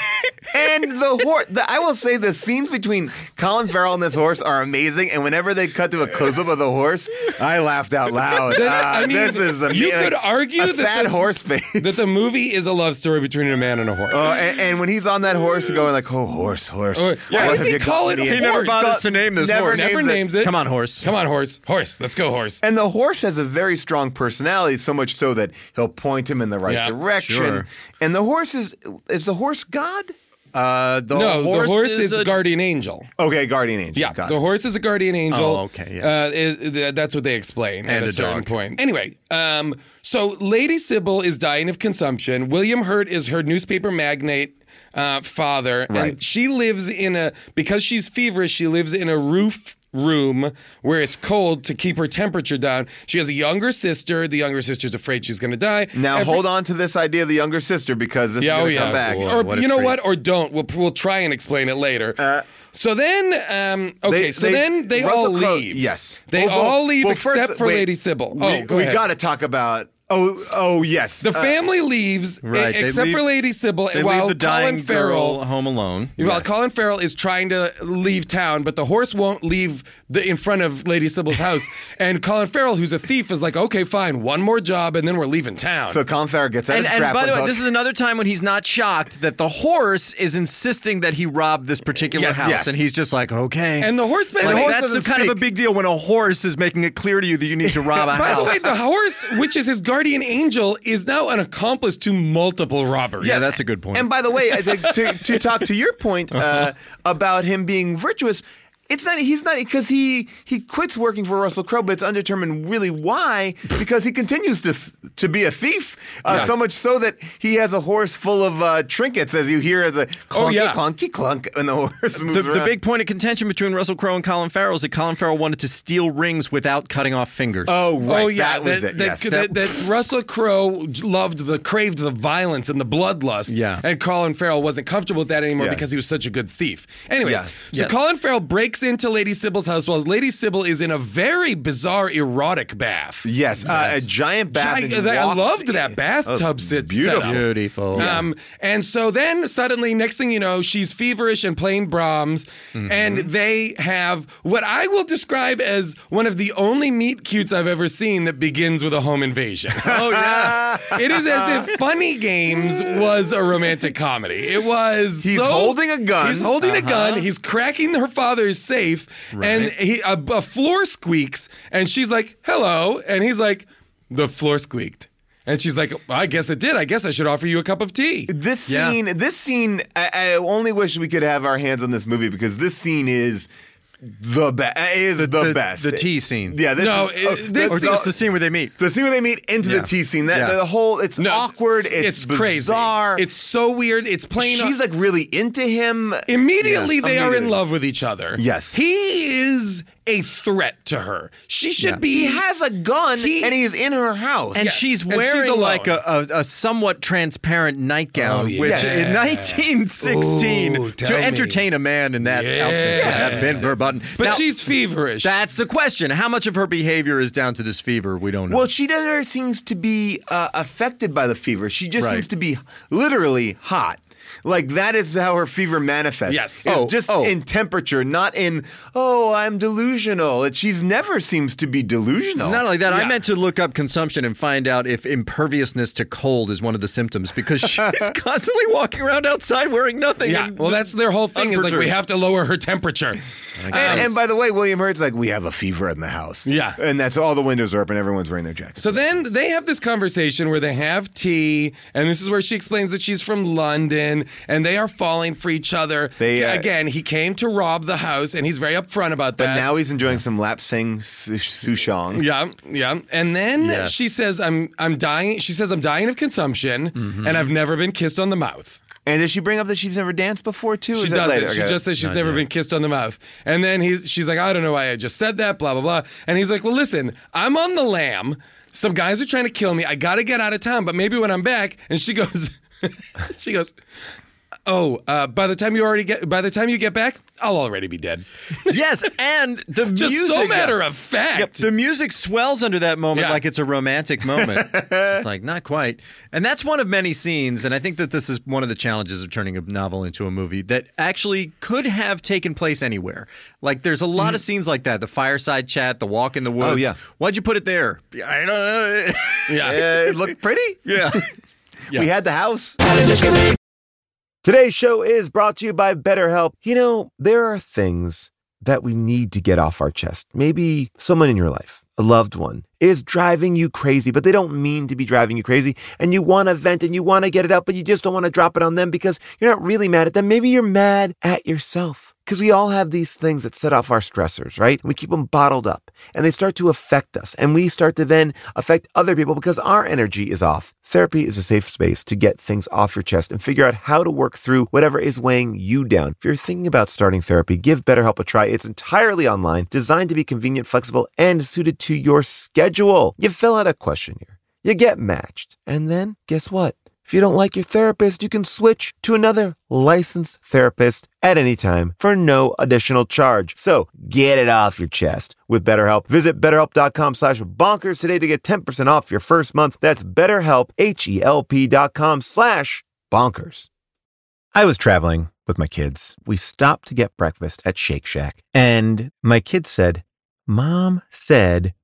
and the horse, I will say the scenes between Colin Farrell and this horse are amazing. And whenever they cut to a close up of the horse, I laughed out loud. Ah, I mean, this is amazing. you could argue a that sad the- horse face. that the movie is a love story between a man and a horse. Oh, and, and when he's on that horse, going like, "Oh, horse, horse." Oh, yeah, Horse, why does he you call it got me horse? in." He never bothers to name this never horse. Names Never names it. Come on, horse. Come on, horse. Horse. Let's go, horse. And the horse has a very strong personality, so much so that he'll point him in the right Yeah, direction. sure. And the horse is—is the horse God? Uh, the no, horse the horse is, a- guardian angel. Okay, guardian angel. Yeah, God. the horse is a guardian angel. Oh, okay, yeah. Uh, is- th- that's what they explain at And a, a certain dog. point. Anyway, um, so Lady Sybil is dying of consumption. William Hurt is her newspaper magnate. Uh, father, Right. and she lives in a because she's feverish. She lives in a roof room where it's cold to keep her temperature down. She has a younger sister. The younger sister's afraid she's going to die. Now Every- hold on to this idea of the younger sister because this is yeah, oh going to yeah. come back. Boy, Or what a you know treat. what? Or don't. We'll we'll try and explain it later. so then, um, okay. so then they Uh, Russell all Crowe- leave. Yes, Oh, they Well, all well, leave well, except first- for wait. Lady Sybil. We, Oh, go we ahead. got to talk about. Oh, oh yes. The Uh, family leaves e- Right, they except leave- for Lady Sybil. They while leave the dying Colin Farrell, girl home alone. While Colin Farrell is trying to leave town, but the horse won't leave the in front of Lady Sybil's house. and Colin Farrell, who's a thief, is like, "Okay, fine, one more job, and then we're leaving town." so Colin Farrell gets out And, his and by the grappling way, hook. this is another time when he's not shocked that the horse is insisting that he robbed this particular Yes, house, yes. and he's just like, okay. and the horseman, like, the horse that's doesn't a kind of a speak. big deal when a horse is making it clear to you that you need to rob a By house. the way, the horse, which is his guardian angel, is now an accomplice to multiple robberies. yeah, that's a good point. And by the way, I think to, to talk to your point uh, about him being virtuous, it's not he's not because he he quits working for Russell Crowe, but it's undetermined really why because he continues to th- to be a thief uh, so much so that he has a horse full of uh, trinkets as you hear as a clunky yeah. clunky clunk and the horse moves the, the around. big point of contention between Russell Crowe and Colin Farrell is that Colin Farrell wanted to steal rings without cutting off fingers. oh right oh yeah, that was that, it that- yes. that- that Russell Crowe loved the craved the violence and the bloodlust. Yeah. and Colin Farrell wasn't comfortable with that anymore Yeah. because he was such a good thief. Anyway, Yeah. so Yes. Colin Farrell breaks into Lady Sybil's house while Lady Sybil is in a very bizarre erotic bath. Yes, Uh, a giant bath. Gi- and he that- I walks loved in. Oh, that bathtub sit. beautiful. setup. beautiful. Um, and so then suddenly, next thing you know, she's feverish and playing Brahms, Mm-hmm. and they have what I will describe as one of the only meet cutes I've ever seen that begins with a home invasion. oh yeah. it is as if Funny Games was a romantic comedy. It was. He's so- holding a gun. He's holding a gun. He's cracking her father's safe, and he a, a floor squeaks, and she's like, "Hello," and he's like, "The floor squeaked." And she's like, I guess it did. I guess I should offer you a cup of tea. This Yeah. scene, this scene, I, I only wish we could have our hands on this movie because this scene is the best. Is the, the- best. the tea scene. Yeah. This No, is, it- oh, this or the- just the scene where they meet. the scene where they meet into Yeah. the tea scene. That Yeah. the whole it's No, awkward. It's, bizarre. It's so weird. It's plain. she's like really into him. immediately Yeah, they are in immediately. love with each other. Yes. he is a threat to her. She should Yeah. be. He has a gun He- and he's in her house. And Yes. she's And she's wearing alone. like a, a, a somewhat transparent nightgown, Oh, yeah. which Yeah. in 1916 Ooh, to tell me. entertain a man in that Yeah. outfit would have been verboten. but Now, she's feverish. that's the question. How much of her behavior is down to this fever? We don't know. Well, she never seems to be uh, affected by the fever. She just Right. seems to be literally hot. Like that is how her fever manifests. Yes. it's Oh, just oh. in temperature, not in oh I'm delusional. It, she's never seems to be delusional. Not only that, I Yeah. meant to look up consumption and find out if imperviousness to cold is one of the symptoms because she's constantly walking around outside wearing nothing. yeah. and- Well, that's their whole thing. Is like we Unperturbed. have to lower her temperature. Um, and, and by the way, William Hurt's like we have a fever in the house. Yeah. and that's all the windows are open. Everyone's wearing their jackets. So then they have this conversation where they have tea, and this is where she explains that she's from London, and they are falling for each other. They, uh, Again, he came to rob the house, and he's very upfront about that. but now he's enjoying some lapsing su- souchong. Yeah, yeah. And then Yes. she says, "I'm I'm dying." She says, "I'm dying of consumption, and I've never been kissed on the mouth." And does she bring up that she's never danced before too? She Is that doesn't. later? She Okay. just says she's never been kissed on the mouth. And then he's she's like, "I don't know why I just said that." Blah blah blah. And he's like, "Well, listen, I'm on the lam. Some guys are trying to kill me. I got to get out of town, but maybe when I'm back." And she goes, she goes. "Oh, uh, by the time you already get, by the time you get back, I'll already be dead." yes, and the Just music. so matter of fact. The music swells under that moment Yeah. like it's a romantic moment. it's just like, not quite. And that's one of many scenes. And I think that this is one of the challenges of turning a novel into a movie that actually could have taken place anywhere. Like, there's a lot Mm-hmm. of scenes like that the fireside chat, the walk in the Oh, woods. yeah. Why'd you put it there? I don't know. Yeah. Uh, it looked pretty. yeah. We had the house. Today's show is brought to you by BetterHelp. You know, there are things that we need to get off our chest. Maybe someone in your life, a loved one, is driving you crazy, but they don't mean to be driving you crazy. And you want to vent and you want to get it out, but you just don't want to drop it on them because you're not really mad at them. Maybe you're mad at yourself. Because we all have these things that set off our stressors, right? We keep them bottled up and they start to affect us. And we start to then affect other people because our energy is off. Therapy is a safe space to get things off your chest and figure out how to work through whatever is weighing you down. If you're thinking about starting therapy, give BetterHelp a try. It's entirely online, designed to be convenient, flexible, and suited to your schedule. You fill out a questionnaire, you get matched, and then guess what? If you don't like your therapist, you can switch to another licensed therapist at any time for no additional charge. So get it off your chest with BetterHelp. Visit betterhelp.com slash bonkers today to get 10% off your first month. That's betterhelp, H-E-L-P dot com slash bonkers. I was traveling with my kids. We stopped to get breakfast at Shake Shack and my kids said, Mom said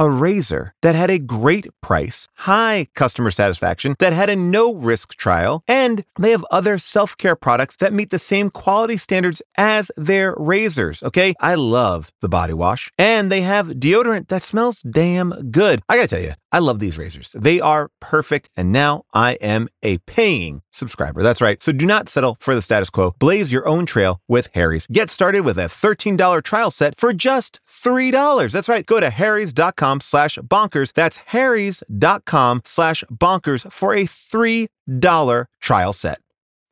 a razor that had a great price, high customer satisfaction, that had a no risk trial, and they have other self care products that meet the same quality standards as their razors. Okay, I love the body wash, and they have deodorant that smells damn good. I gotta tell you, I love these razors. They are perfect, and now I am a paying subscriber. That's right. So do not settle for the status quo. Blaze your own trail with Harry's. Get started with a $13 trial set for just $3. That's right. Go to harrys.com slash bonkers. That's harrys.com slash bonkers for a $3 trial set.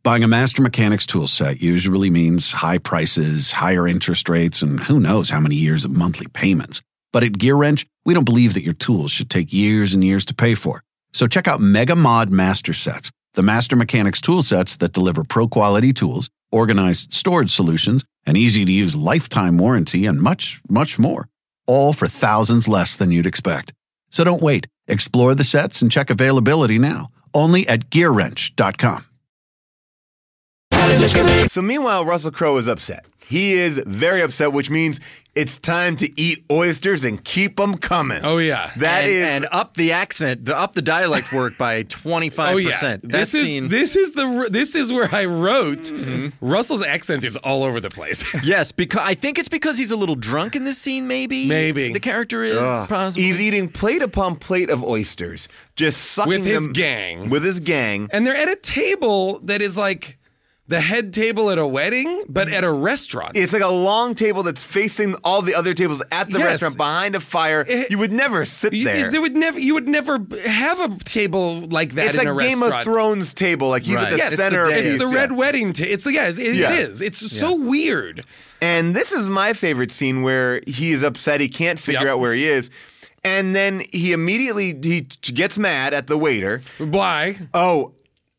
Buying a Master Mechanics tool set usually means high prices, higher interest rates, and who knows how many years of monthly payments. But at Gear Wrench, we don't believe that your tools should take years and years to pay for. So check out Mega Mod Master Sets, the Master Mechanics tool sets that deliver pro quality tools, organized storage solutions, an easy to use lifetime warranty, and much, much more. All for thousands less than you'd expect. So don't wait. Explore the sets and check availability now, only at gearwrench.com. So meanwhile, Russell Crowe is upset. He is very upset, which means it's time to eat oysters and keep them coming. Oh, yeah. that and, is. and up the accent, the, up the dialect work by 25%. Oh yeah, That this scene, is this is the this is where I wrote. Russell's accent is all over the place. Yes, because I think it's because he's a little drunk in this scene. Maybe, Maybe. the character is possibly. He's eating plate upon plate of oysters, just sucking With his them- gang. With his gang, and they're at a table that is like the head table at a wedding, but at a restaurant. It's like a long table that's facing all the other tables at the Yes. restaurant behind a fire. It- you would never sit you, there. there would never you would never b- have a table like that it's in like a Game restaurant. of Thrones table. Like he's Right. at the Yes, it's the center dais. of It's the these. red Yeah. wedding. Ta- it's yeah, it, Yeah. it is. It's so weird. And this is my favorite scene where he is upset. He can't figure Yep. out where he is. And then he immediately he t- gets mad at the waiter. Why? Oh,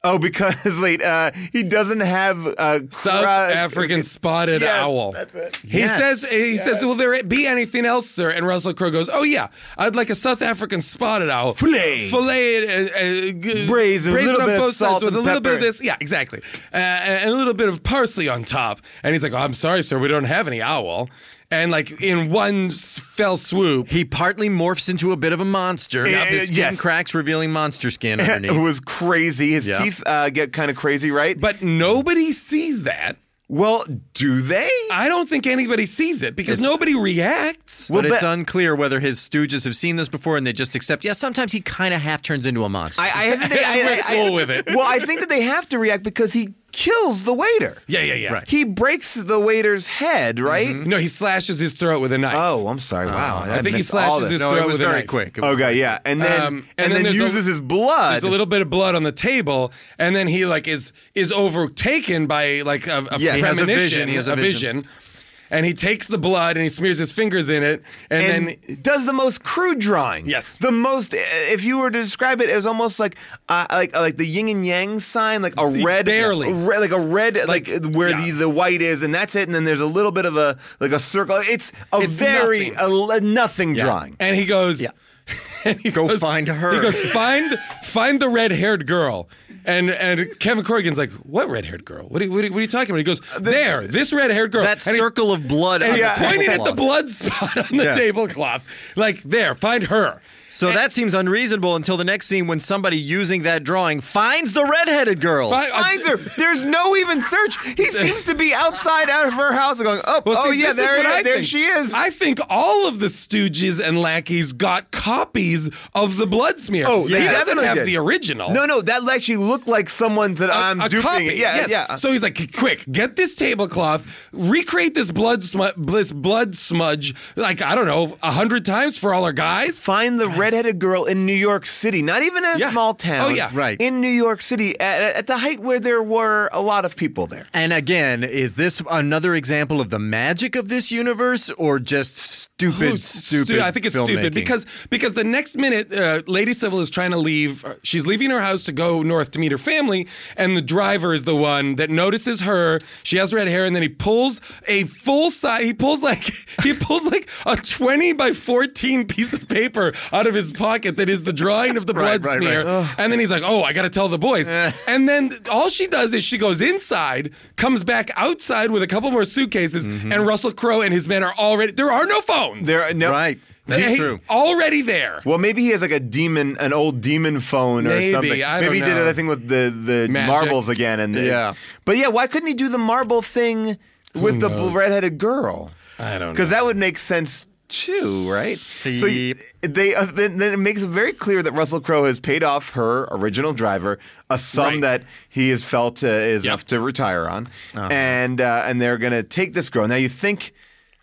oh, because wait, uh, he doesn't have uh, South cra- African spotted Yes, owl. that's it. He Yes. says, he says, will there be anything else, sir? And Russell Crowe goes, oh yeah, I'd like a South African spotted owl, Filet. filleted, uh, uh, g- Braised, a braised little on bit of both salt sides with and a little bit of pepper. this, yeah, exactly, uh, and and a little bit of parsley on top. And he's like, oh, I'm sorry, sir, we don't have any owl. And like in one s- fell swoop, He partly morphs into a bit of a monster. Yeah, Eh, His skin yes. cracks, revealing monster skin It underneath. was crazy. His Yeah. teeth uh, get kind of crazy, right? but nobody sees that. Well, do they? I don't think anybody sees it because nobody reacts. Well, but it's but- unclear whether his stooges have seen this before and they just accept. Yeah, sometimes he kind of half turns into a monster. I, I think they, I, We're I- I- cool with it. Well, I think that they have to react because he kills the waiter. Yeah, yeah, yeah. Right. He breaks the waiter's head, right? No, he slashes his throat with a knife. Oh, I'm sorry. Wow, Uh, I think he missed all slashes this. his no, throat it was with a very knife. quick. It was- Okay, yeah, and then Um, and, then, and then there's a- uses his blood. There's a little bit of blood on the table, and then he like is is overtaken by like a, a Yes. He has a premonition, vision, he has a vision. and he takes the blood and he smears his fingers in it, and, and then does the most crude drawing. Yes. the most. If you were to describe it, it was almost like uh, like like the yin and yang sign, like a red, barely. a red, like a red, like, Like, where yeah. the, the white is, and that's it. And then there's a little bit of a like a circle. It's a It's very nothing. a le- nothing drawing. and he goes. And he Go goes- find her. He goes find find the red haired girl, and and Kevin Corrigan's like, what red haired girl? What are, you- what, are, you- what are you talking about? He goes there, this red haired girl. that And he's- circle of blood. and on he's Yeah. the pointing at the tablecloth. blood spot on the Yeah. tablecloth. Like there, find her. So that seems unreasonable until the next scene when somebody using that drawing finds the redheaded girl. Fi- Finds her. There's no even search. He seems to be outside out of her house, going, "Oh, Well, oh see, yeah, this is there, what I there think. she is." I think all of the Stooges and lackeys got copies of the blood smear. Oh, he they doesn't definitely have did. the original. no, no, that actually looked like someone said, A- "I'm a duping copy. it." Yeah, yes. yeah. So he's like, "Quick, get this tablecloth, recreate this blood smudge, this blood smudge, like I don't know, a hundred times for all our guys." find the redheaded girl in New York City, not even in a Yeah. small town. Oh, yeah. Right. In New York City, at, at the height where there were a lot of people there. and again, is this another example of the magic of this universe or just stupid, Oh, stu- stupid? I think it's stupid filmmaking? because because the next minute, uh, Lady Civil is trying to leave. uh, She's leaving her house to go north to meet her family, and the driver is the one that notices her. She has red hair, and then he pulls a full size. He pulls like he pulls like a twenty by fourteen piece of paper out of his pocket that is the drawing of the blood Right, right, smear. right. And then he's like, "Oh, I got to tell the boys." Eh. and then all she does is she goes inside, comes back outside with a couple more suitcases, Mm-hmm. and Russell Crowe and his men are already. There are no phones. There, no, right, that's Hey, true. Already there. Well, maybe he has like a demon, an old demon phone or Maybe, something. I maybe don't he did know. that thing with the the Magic. marbles again, and the- Yeah. But yeah, why couldn't he do the marble thing with the knows? redheaded girl? I don't because that would make sense too, right? So you- they uh, then, then it makes it very clear that Russell Crowe has paid off her original driver a sum Right. that he has felt uh, is Yep. Uh-huh. enough to retire on, and uh, and they're gonna take this girl. Now you think,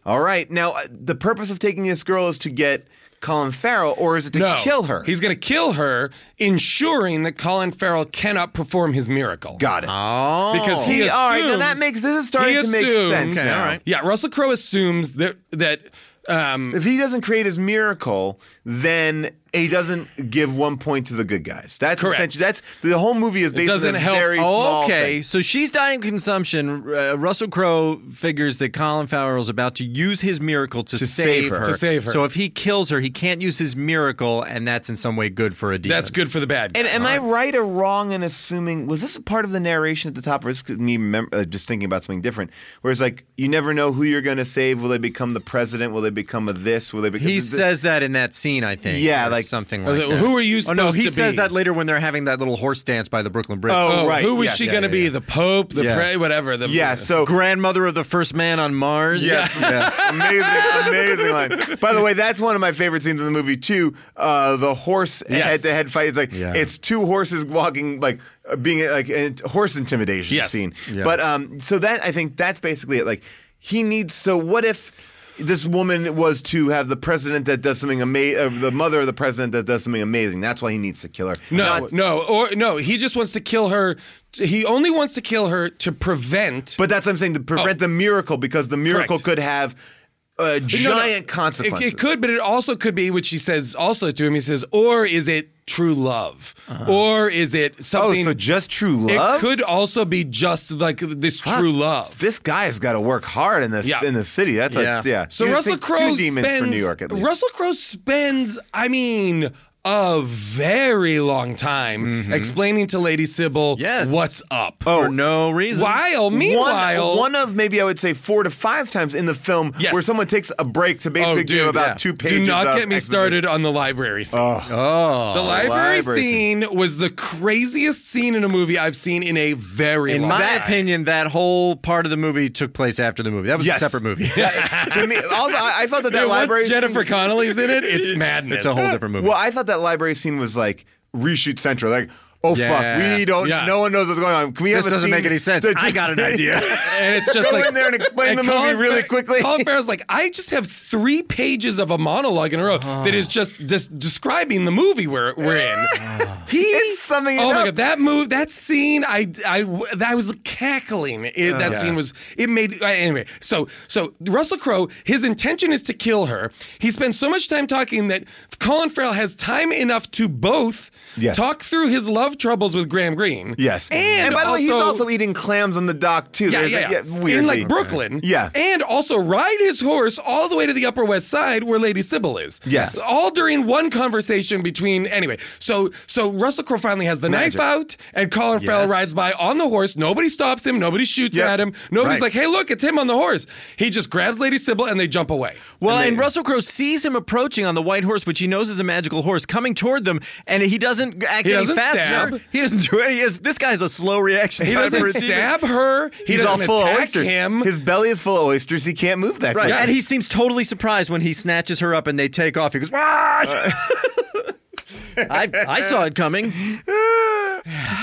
all right, now uh, the purpose of taking this girl is to get Colin Farrell, or is it to No. kill her? He's going to kill her, ensuring that Colin Farrell cannot perform his miracle. got it. Oh. Because he See, all right, now that assumes- makes- this is starting he to make assumes- sense Okay, now. all right. Yeah, Russell Crowe assumes that that um, If he doesn't create his miracle, then he doesn't give one point to the good guys. That's Correct. essentially that's the whole movie is based doesn't on this help. Oh, very small okay, thing. so she's dying of consumption. Uh, Russell Crowe figures that Colin Farrell's about to use his miracle to, To save her. To save her. So if he kills her, he can't use his miracle, and that's in some way good for a demon. that's good for the bad. And guys. am I right or wrong in assuming was this a part of the narration at the top, or is this me remem- uh, just thinking about something different? Where it's like you never know who you're going to save. Will they become the president? Will they become a this? Will they become? He th- says that in that scene, I think. Yeah, or like- something Uh, like that. who are you Oh no, supposed he to says be? that later when they're having that little horse dance by the Brooklyn Bridge. Oh, Oh, right, who was yes, she yeah, going to yeah, be? yeah. The Pope, the Yeah. pre- whatever. The, Yeah. So grandmother of the first man on Mars. Yes. amazing, amazing line. By the way, that's one of my favorite scenes in the movie too. Uh, the horse Yes. head-to-head fight. It's like Yeah. it's two horses walking, like uh, being like a horse intimidation Yes. scene. Yeah. But um, so that I think that's basically it. Like he needs. So what if? This woman was to have the president that does something amazing, uh, the mother of the president that does something amazing. That's why he needs to kill her. No, Not- no, or no. He just wants to kill her. He only wants to kill her to prevent but that's what I'm saying to prevent Oh. the miracle because the miracle Correct. could have uh, No, no. giant It- consequences. It, could, but it also could be, which he says also to him, he says, or is it true love? Or is Uh-huh. it Oh, something. so just true it love? could also be just like this Fuck. true love. This guy's got to work hard in this Yeah. in the city. That's Yeah. a yeah. so You'd Russell think Crowe two demons spends. for New York at least. Russell Crowe spends, I mean, a very long time Mm-hmm. explaining to Lady Sybil Yes. what's up. for no reason. While meanwhile, Oh, one, one of maybe I would say four to five times in the film Yes. where someone takes a break to basically Oh, dude, give about yeah. two pages. do not of get me exposition. started on the library scene. Oh. The library, library scene, was the craziest scene in a movie I've seen in a very In long my time. opinion, that whole part of the movie took place after the movie. That was Yes. a separate movie. to me, also, I, I thought that that Yeah, library once Jennifer scene, Connelly's in it, it's madness. it's a whole different movie. Well, I thought that library scene was like reshoot central. Like, oh Yeah. fuck, we don't. Yeah. No one knows what's going on. Can we this have a doesn't scene make any sense. that- I got an idea. and it's just Go like in there and explain and the movie Colin really Fa- quickly. Colin Farrell's like, I just have three pages of a monologue in a row that Ah. is just just describing the movie we're we're in. He is Ah. something. oh my up. god, that move, that scene, I I I was cackling. It, that scene was it made uh, anyway. So so Russell Crowe, his intention is to kill her. He spends so much time talking that Colin Farrell has time enough to both Yes. talk through his love troubles with Graham Greene. Yes. and, by the way, he's also also eating clams on the dock too. yeah, There's yeah, a- yeah. in weirdly. like Brooklyn. Yeah. And also ride his horse all the way to the Upper West Side where Lady Sybil is. Yes. All during one conversation between anyway. So so Russell Crowe finally has the Magic. knife out and Colin Farrell Yes. rides by on the horse. Nobody stops him, nobody shoots Yep. at him. Nobody's Right. like, "Hey, look, it's him on the horse." He just grabs Lady Sybil and they jump away. Well, they- and Russell Crowe sees him approaching on the white horse, which he knows is a magical horse, coming toward them, and he doesn't act He any doesn't faster. stab. He doesn't do any. Is, this guy has a slow reaction. he time for doesn't receiving. stab her. He He's all doesn't full of attack oysters. him. His belly is full of oysters. He can't move that Right, quick. and he seems totally surprised when he snatches her up and they take off. He goes, "Ah!" I, I saw it coming.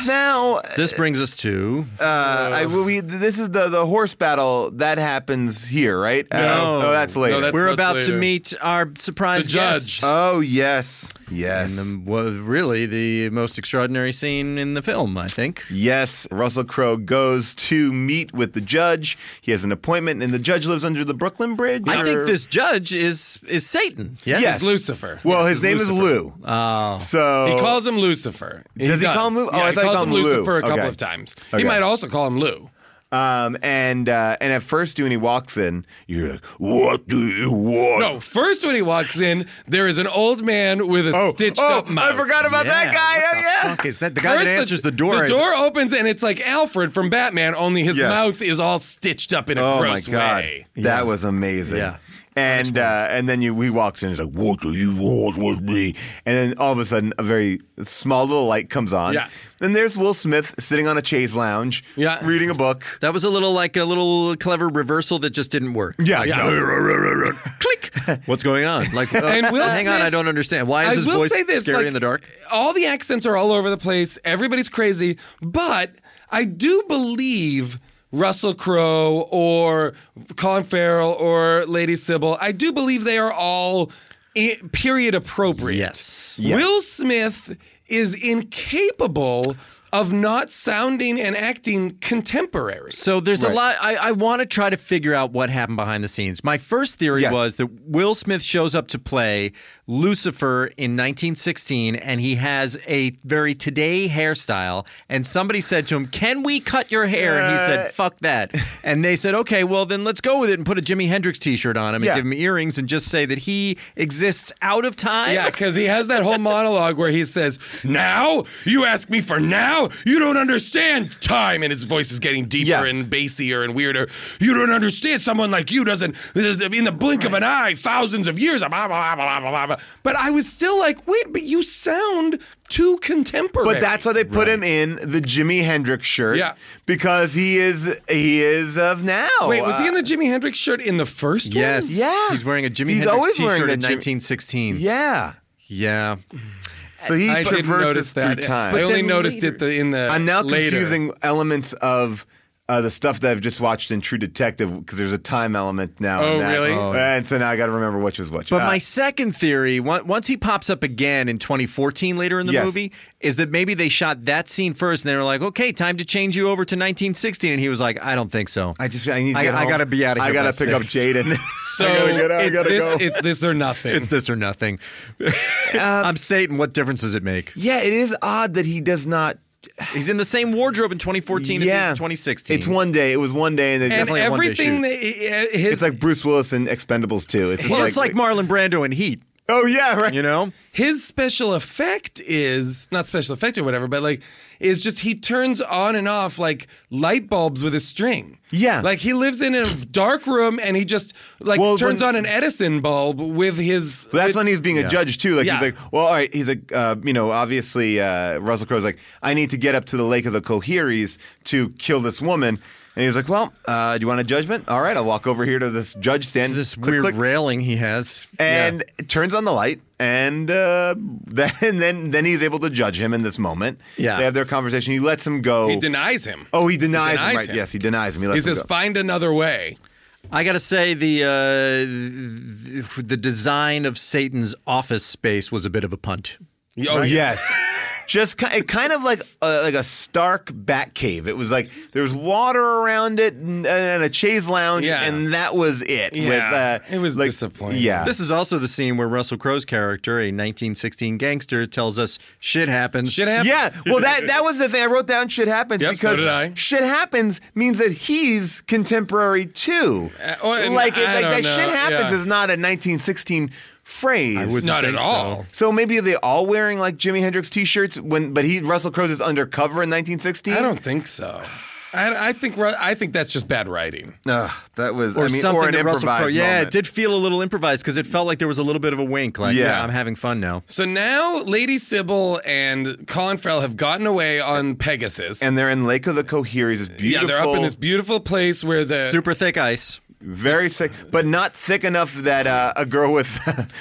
now, uh, This uh, brings us to I, well, we, this is the the horse battle that happens here, right? Uh, No. oh, that's later. No, that's- we're much about later. to meet our surprise the judge. guest. oh yes, yes, And was really the most extraordinary scene in the film, I think. yes. Russell Crowe goes to meet with the judge. He has an appointment, and the judge lives under the Brooklyn Bridge. I or- think this judge is is Satan. Yes. Yes. It's Lucifer. Well, his name is Lou. Oh. so He calls him Lucifer. Does he call him Lu- Yeah, oh, I he thought he calls called him him Lou. Lucifer a couple Okay. of times. Okay. He might also call him Lou. Um, and uh, and at first, when he walks in, you're like, "What do you want?" No, first when he walks in, there is an old man with a oh, stitched oh, up mouth. I forgot about that guy. What Oh, the yeah. fuck is that? The guy First that answers the, door. The is- door opens and it's like Alfred from Batman, only his Yes. mouth is all stitched up in a Oh gross my god, way. that was amazing. Yeah. And uh, and then you, he walks in. He's like, "What do you want with me?" And then all of a sudden, a very small little light comes on. Yeah. And there's Will Smith sitting on a chaise lounge, Yeah. reading a book. That was a little like a little clever reversal that just didn't work. Yeah, Yeah. no. Click. What's going on? Like, uh, And Will hang on, Smith- I don't understand. Why is his voice scary like, in the dark? All the accents are all over the place. Everybody's crazy, but I do believe Russell Crowe or Colin Farrell or Lady Sybil. I do believe they are all i- period appropriate. Yes. Will Smith is incapable of not sounding and acting contemporary. So there's a lot. I, I want to try to figure out what happened behind the scenes. My first theory Yes. was that Will Smith shows up to play Lucifer in 1916, and he has a very today hairstyle. And somebody said to him, "Can we cut your hair?" And he Uh. said, "Fuck that." And they said, "Okay, well then let's go with it and put a Jimi Hendrix T-shirt on him Yeah. and give him earrings and just say that he exists out of time." Yeah, because he has that whole monologue where he says, Now? You ask me for now? You don't understand time. And his voice is getting deeper Yeah. and bassier and weirder. You don't understand. Someone like you doesn't, in the blink of an eye, thousands of years. Blah, blah, blah, blah, blah, blah, blah. But I was still like, Wait, but you sound too contemporary. But that's why they put him in the Jimi Hendrix shirt. Yeah. because he is he is of now. Wait, was he in Uh, the Jimi Hendrix shirt in the first one? Yes. Yeah. He's wearing a Jimi He's Hendrix always T-shirt wearing in a Jimi- 1916. Yeah. Yeah. So he I didn't traverses notice through that. time. I only then noticed later- it the, in the. I'm now later. confusing elements of uh, the stuff that I've just watched in True Detective because there's a time element now. in Oh, that. Uh, really? Oh, and so now I got to remember which was which. But Uh, my second theory, on- once he pops up again in 2014 later in the Yes. movie, is that maybe they shot that scene first and they were like, okay, time to change you over to 1916. And he was like, I don't think so. I just I need to I- get I home. gotta be outta I here gotta by pick up six. Jaden. So I gotta get out. I it's, gotta this, go. it's this or nothing. it's this or nothing. Um, I'm Satan. What difference does it make? yeah, it is odd that he does not. He's in the same wardrobe in 2014 as he is Yeah, in 2016. It's one day. It was one day, and, they and definitely. a one-day everything shoot. that uh, his it's like Bruce Willis in Expendables 2. It's just well, it's like Marlon Brando in Heat. Oh yeah, right. You know? his special effect is not special effect or whatever, but like is just he turns on and off like light bulbs with a string. Yeah. like he lives in a dark room and he just like Well, turns when- on an Edison bulb with his. But that's with- when he's being a judge too. Like Yeah. he's like, well, all right. He's like, uh, you know, obviously uh, Russell Crowe's like, I need to get up to the Lake of the Coheres to kill this woman. And he's like, well, uh, do you want a judgment? All right, I'll walk over here to this judge stand. This Click, weird click. railing he has. and it turns on the light, and uh, then then then he's able to judge him in this moment. Yeah. they have their conversation. He lets him go. he denies him. oh, he denies, denies him. Right? him. Yes, he denies him. He he lets him says, go. "Find another way." I gotta say the uh, the design of Satan's office space was a bit of a punt. Oh Yes. Just ki- it kind of like a, like a stark bat cave. It was like there was water around it and, and a chaise lounge, Yeah. and that was it. Yeah. With, uh, It was like, disappointing. Yeah, This is also the scene where Russell Crowe's character, a 1916 gangster, tells us shit happens. Shit happens. yeah. Well, that that was the thing I wrote down. Shit happens Yep, so because did I. shit happens means that he's contemporary too. oh, and like I like don't that know, shit happens yeah. is not a 1916 phrase. Not at all. So maybe are they all wearing like Jimi Hendrix T-shirts when, but he Russell Crowe's is undercover in 1916. I don't think so. I, I think Ru- I think that's just bad writing. Ugh, that was Or I mean, something or an to Russell Crowe. improvised Yeah, moment. it did feel a little improvised because it felt like there was a little bit of a wink. Like, yeah, Yeah. I'm having fun now. So now Lady Sybil and Colin Farrell have gotten away on Pegasus. And they're in Lake of the Coheres. It's beautiful. Yeah, they're up in this beautiful place where the Super thick ice. very thick, but not thick enough that uh, a girl with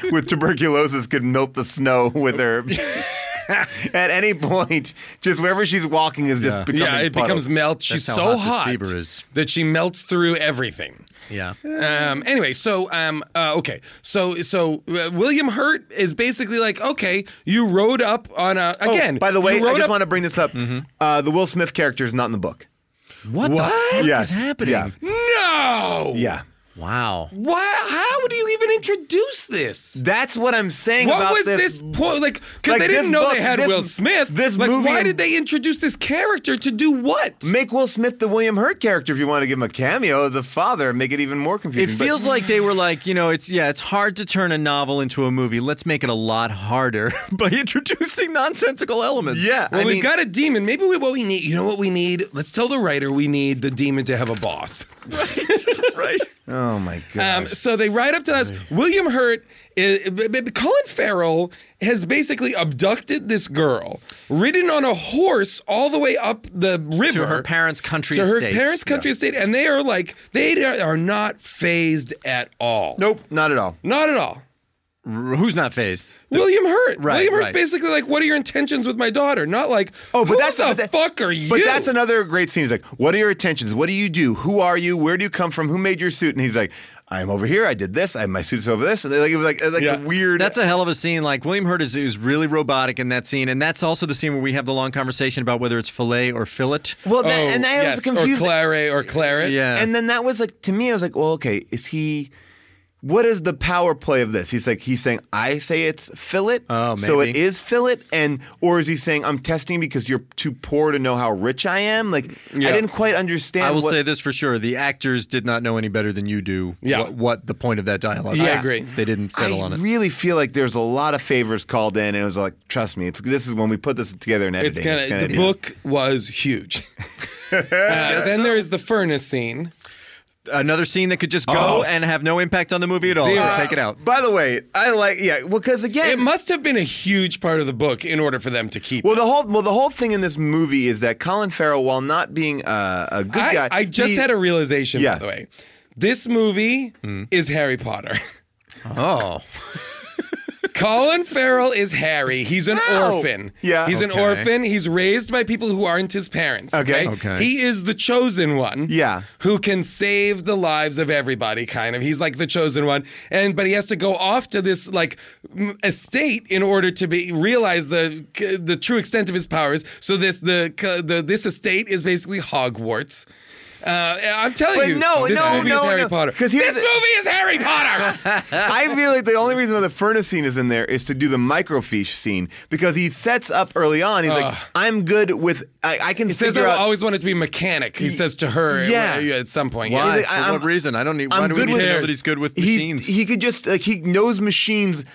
with tuberculosis could melt the snow with her. At any point, just wherever she's walking is just becoming. yeah, it puddles. becomes melt. She's how so hot hot, this fever is. that she melts through everything. Yeah. Um, anyway, so um, uh, okay, so so uh, William Hurt is basically like, okay, you rode up on a Oh, again. by the way, I you rode just up- Mm-hmm. want to bring this up. Uh, the Will Smith character is not in the book. What, the fuck Yes. is happening? Yeah. no, Yeah, Wow. Why? How do you even introduce this? that's what I'm saying. What about was this this point? Like, because Like, they this didn't know book- they had this- Will Smith. this like, movie Why and- did they introduce this character to do what? Make Will Smith the William Hurt character if you want to give him a cameo as a father. Make it even more It confusing. but- feels like they were like, you know, it's yeah, it's hard to turn a novel into a movie. Let's make it a lot harder by introducing nonsensical elements. yeah. Well, I we've mean, got a demon. Maybe we, what we need, you know what we need? Let's tell the writer we need the demon to have a boss. right. Oh my god. Um, so they ride up to us. William Hurt, is, b- b- Colin Farrell has basically abducted this girl, ridden on a horse all the way up the river To her parents' country to her estate. parents' country estate, and they are like they are not phased at all. nope, not at all. not at all. R- Who's not phased? William Hurt. Right, William Hurt's right. basically like, "What are your intentions with my daughter?" Not like, Oh, but "Who that's the but that- fuck are you?" But that's another great scene. He's like, "What are your intentions? What do you do? Who are you? Where do you come from? Who made your suit?" And he's like, "I'm over here. I did this. I my suit's over this." And they're like, it was like like Yeah. a weird. That's a hell of a scene. Like William Hurt is, is really robotic in that scene, and that's also the scene where we have the long conversation about whether it's fillet or fillet. well, that, Oh, and that yes, was confusing. Or claret or claret. Yeah. And then that was like to me, I was like, "Well, okay, is he?" What is the power play of this? He's like he's saying I say it's fillet, Oh, so it maybe. is fillet, and or is he saying I'm testing because you're too poor to know how rich I am? Like I Yeah. didn't quite understand. I will what, say this for sure: the actors did not know any better than you do. Yeah. What, what the point of that dialogue? Yeah. I is. agree. They didn't settle I on it. really feel like there's a lot of favors called in, and it was like, trust me, it's this is when we put this together in editing. It's gonna, the be- book was huge. Uh, then there is the furnace scene. Another scene that could just Oh. go and have no impact on the movie at all. Zero. Take it out. By the way, I like yeah, well, because It again, must have been a huge part of the book in order for them to keep. well it. the whole well the whole thing in this movie is that Colin Farrell, while not being uh, a good I, guy, I just he- had a realization, Yeah. by the way. This movie is Harry Potter. Oh, Colin Farrell is Harry. He's an Ow. orphan. Yeah. He's an Okay. orphan. He's raised by people who aren't his parents. Okay. Okay. Okay. He is the chosen one. Yeah. Who can save the lives of everybody, kind of. He's like the chosen one. And but he has to go off to this like m- estate in order to be realize the the true extent of his powers. So this the the this estate is basically Hogwarts. Uh, I'm telling But you, no, this no, movie no, is Harry no. Potter. 'Cause This here's the- movie is Harry Potter. I feel like the only reason why the furnace scene is in there is to do the microfiche scene because he sets up early on. He's Ugh. like, I'm good with I, I can He says, figure "I out. always wanted to be a mechanic." He says to her, uh, Yeah. at- at some point. why? like, for I'm- what reason? I don't need. I'm why do we good need to with know this. that he's good with he, machines? He could just like he knows machines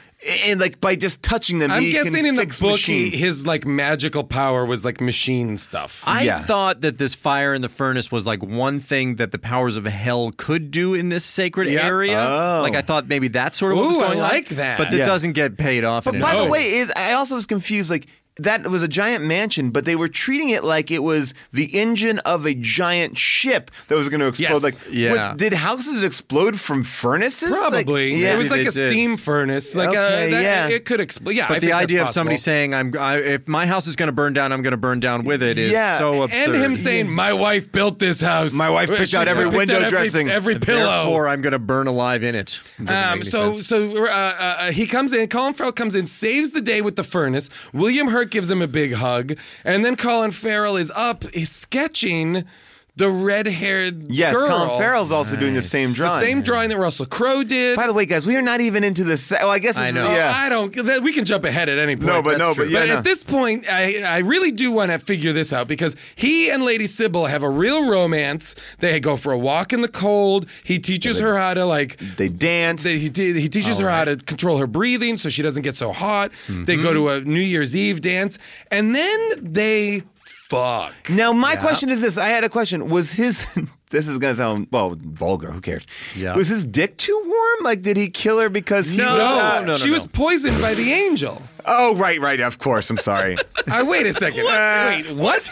and like by just touching them, I'm he can guessing in the fix book, machines. he, his like magical power was like machine stuff. I Yeah. thought that this fire in the furnace was like one thing that the powers of hell could do in this sacred Yeah. area. Oh. Like I thought maybe that's sort of what was Ooh, I going on. like that. But that Yeah. doesn't get paid off. But in by any the Oh. way. way, is I also was confused. Like that was a giant mansion, but they were treating it like it was the engine of a giant ship that was going to explode. Yes. Like, Yeah. what, did houses explode from furnaces? Like, Probably. yeah. It was like they a did. steam furnace. Like Okay, uh, that, yeah. it, it could explode. Yeah, But I the think idea that's of somebody possible. saying "I'm I, if my house is going to burn down, I'm going to burn down with it" is Yeah, so and absurd. him saying, "My wife built this house. My wife picked She out every picked window out every- dressing. every And pillow." Therefore, I'm going to burn alive in it. Doesn't Um, make any so, sense. so uh, uh, uh, he comes in. Colin Farrell comes in, saves the day with the furnace. William Hurt gives him a big hug, and then Colin Farrell is up, is sketching the red-haired Yes, girl. Colin Farrell's also doing the same the drawing. same drawing that Russell Crowe did. By the way, guys, we are not even into the. Se- well, I guess I it's, know. Yeah. Oh, I don't. That, we can jump ahead at any point. No, but That's no, true. but yeah, no. at this point, I, I really do want to figure this out because he and Lady Sybil have a real romance. They go for a walk in the cold. He teaches her how to like. they dance. They, he, te- he teaches her how to control her breathing so she doesn't get so hot. They go to a Mm-hmm. New Year's Eve dance, and then they fuck. Now, my question is this: I had a question. Was his? This is gonna sound well vulgar. Who cares? Yeah. Was his dick too warm? Like, did he kill her because he? No, was no, not- no, no. she was poisoned by the angel. Oh, right, right. Of course. I'm sorry. I Uh, wait a second. wait, what?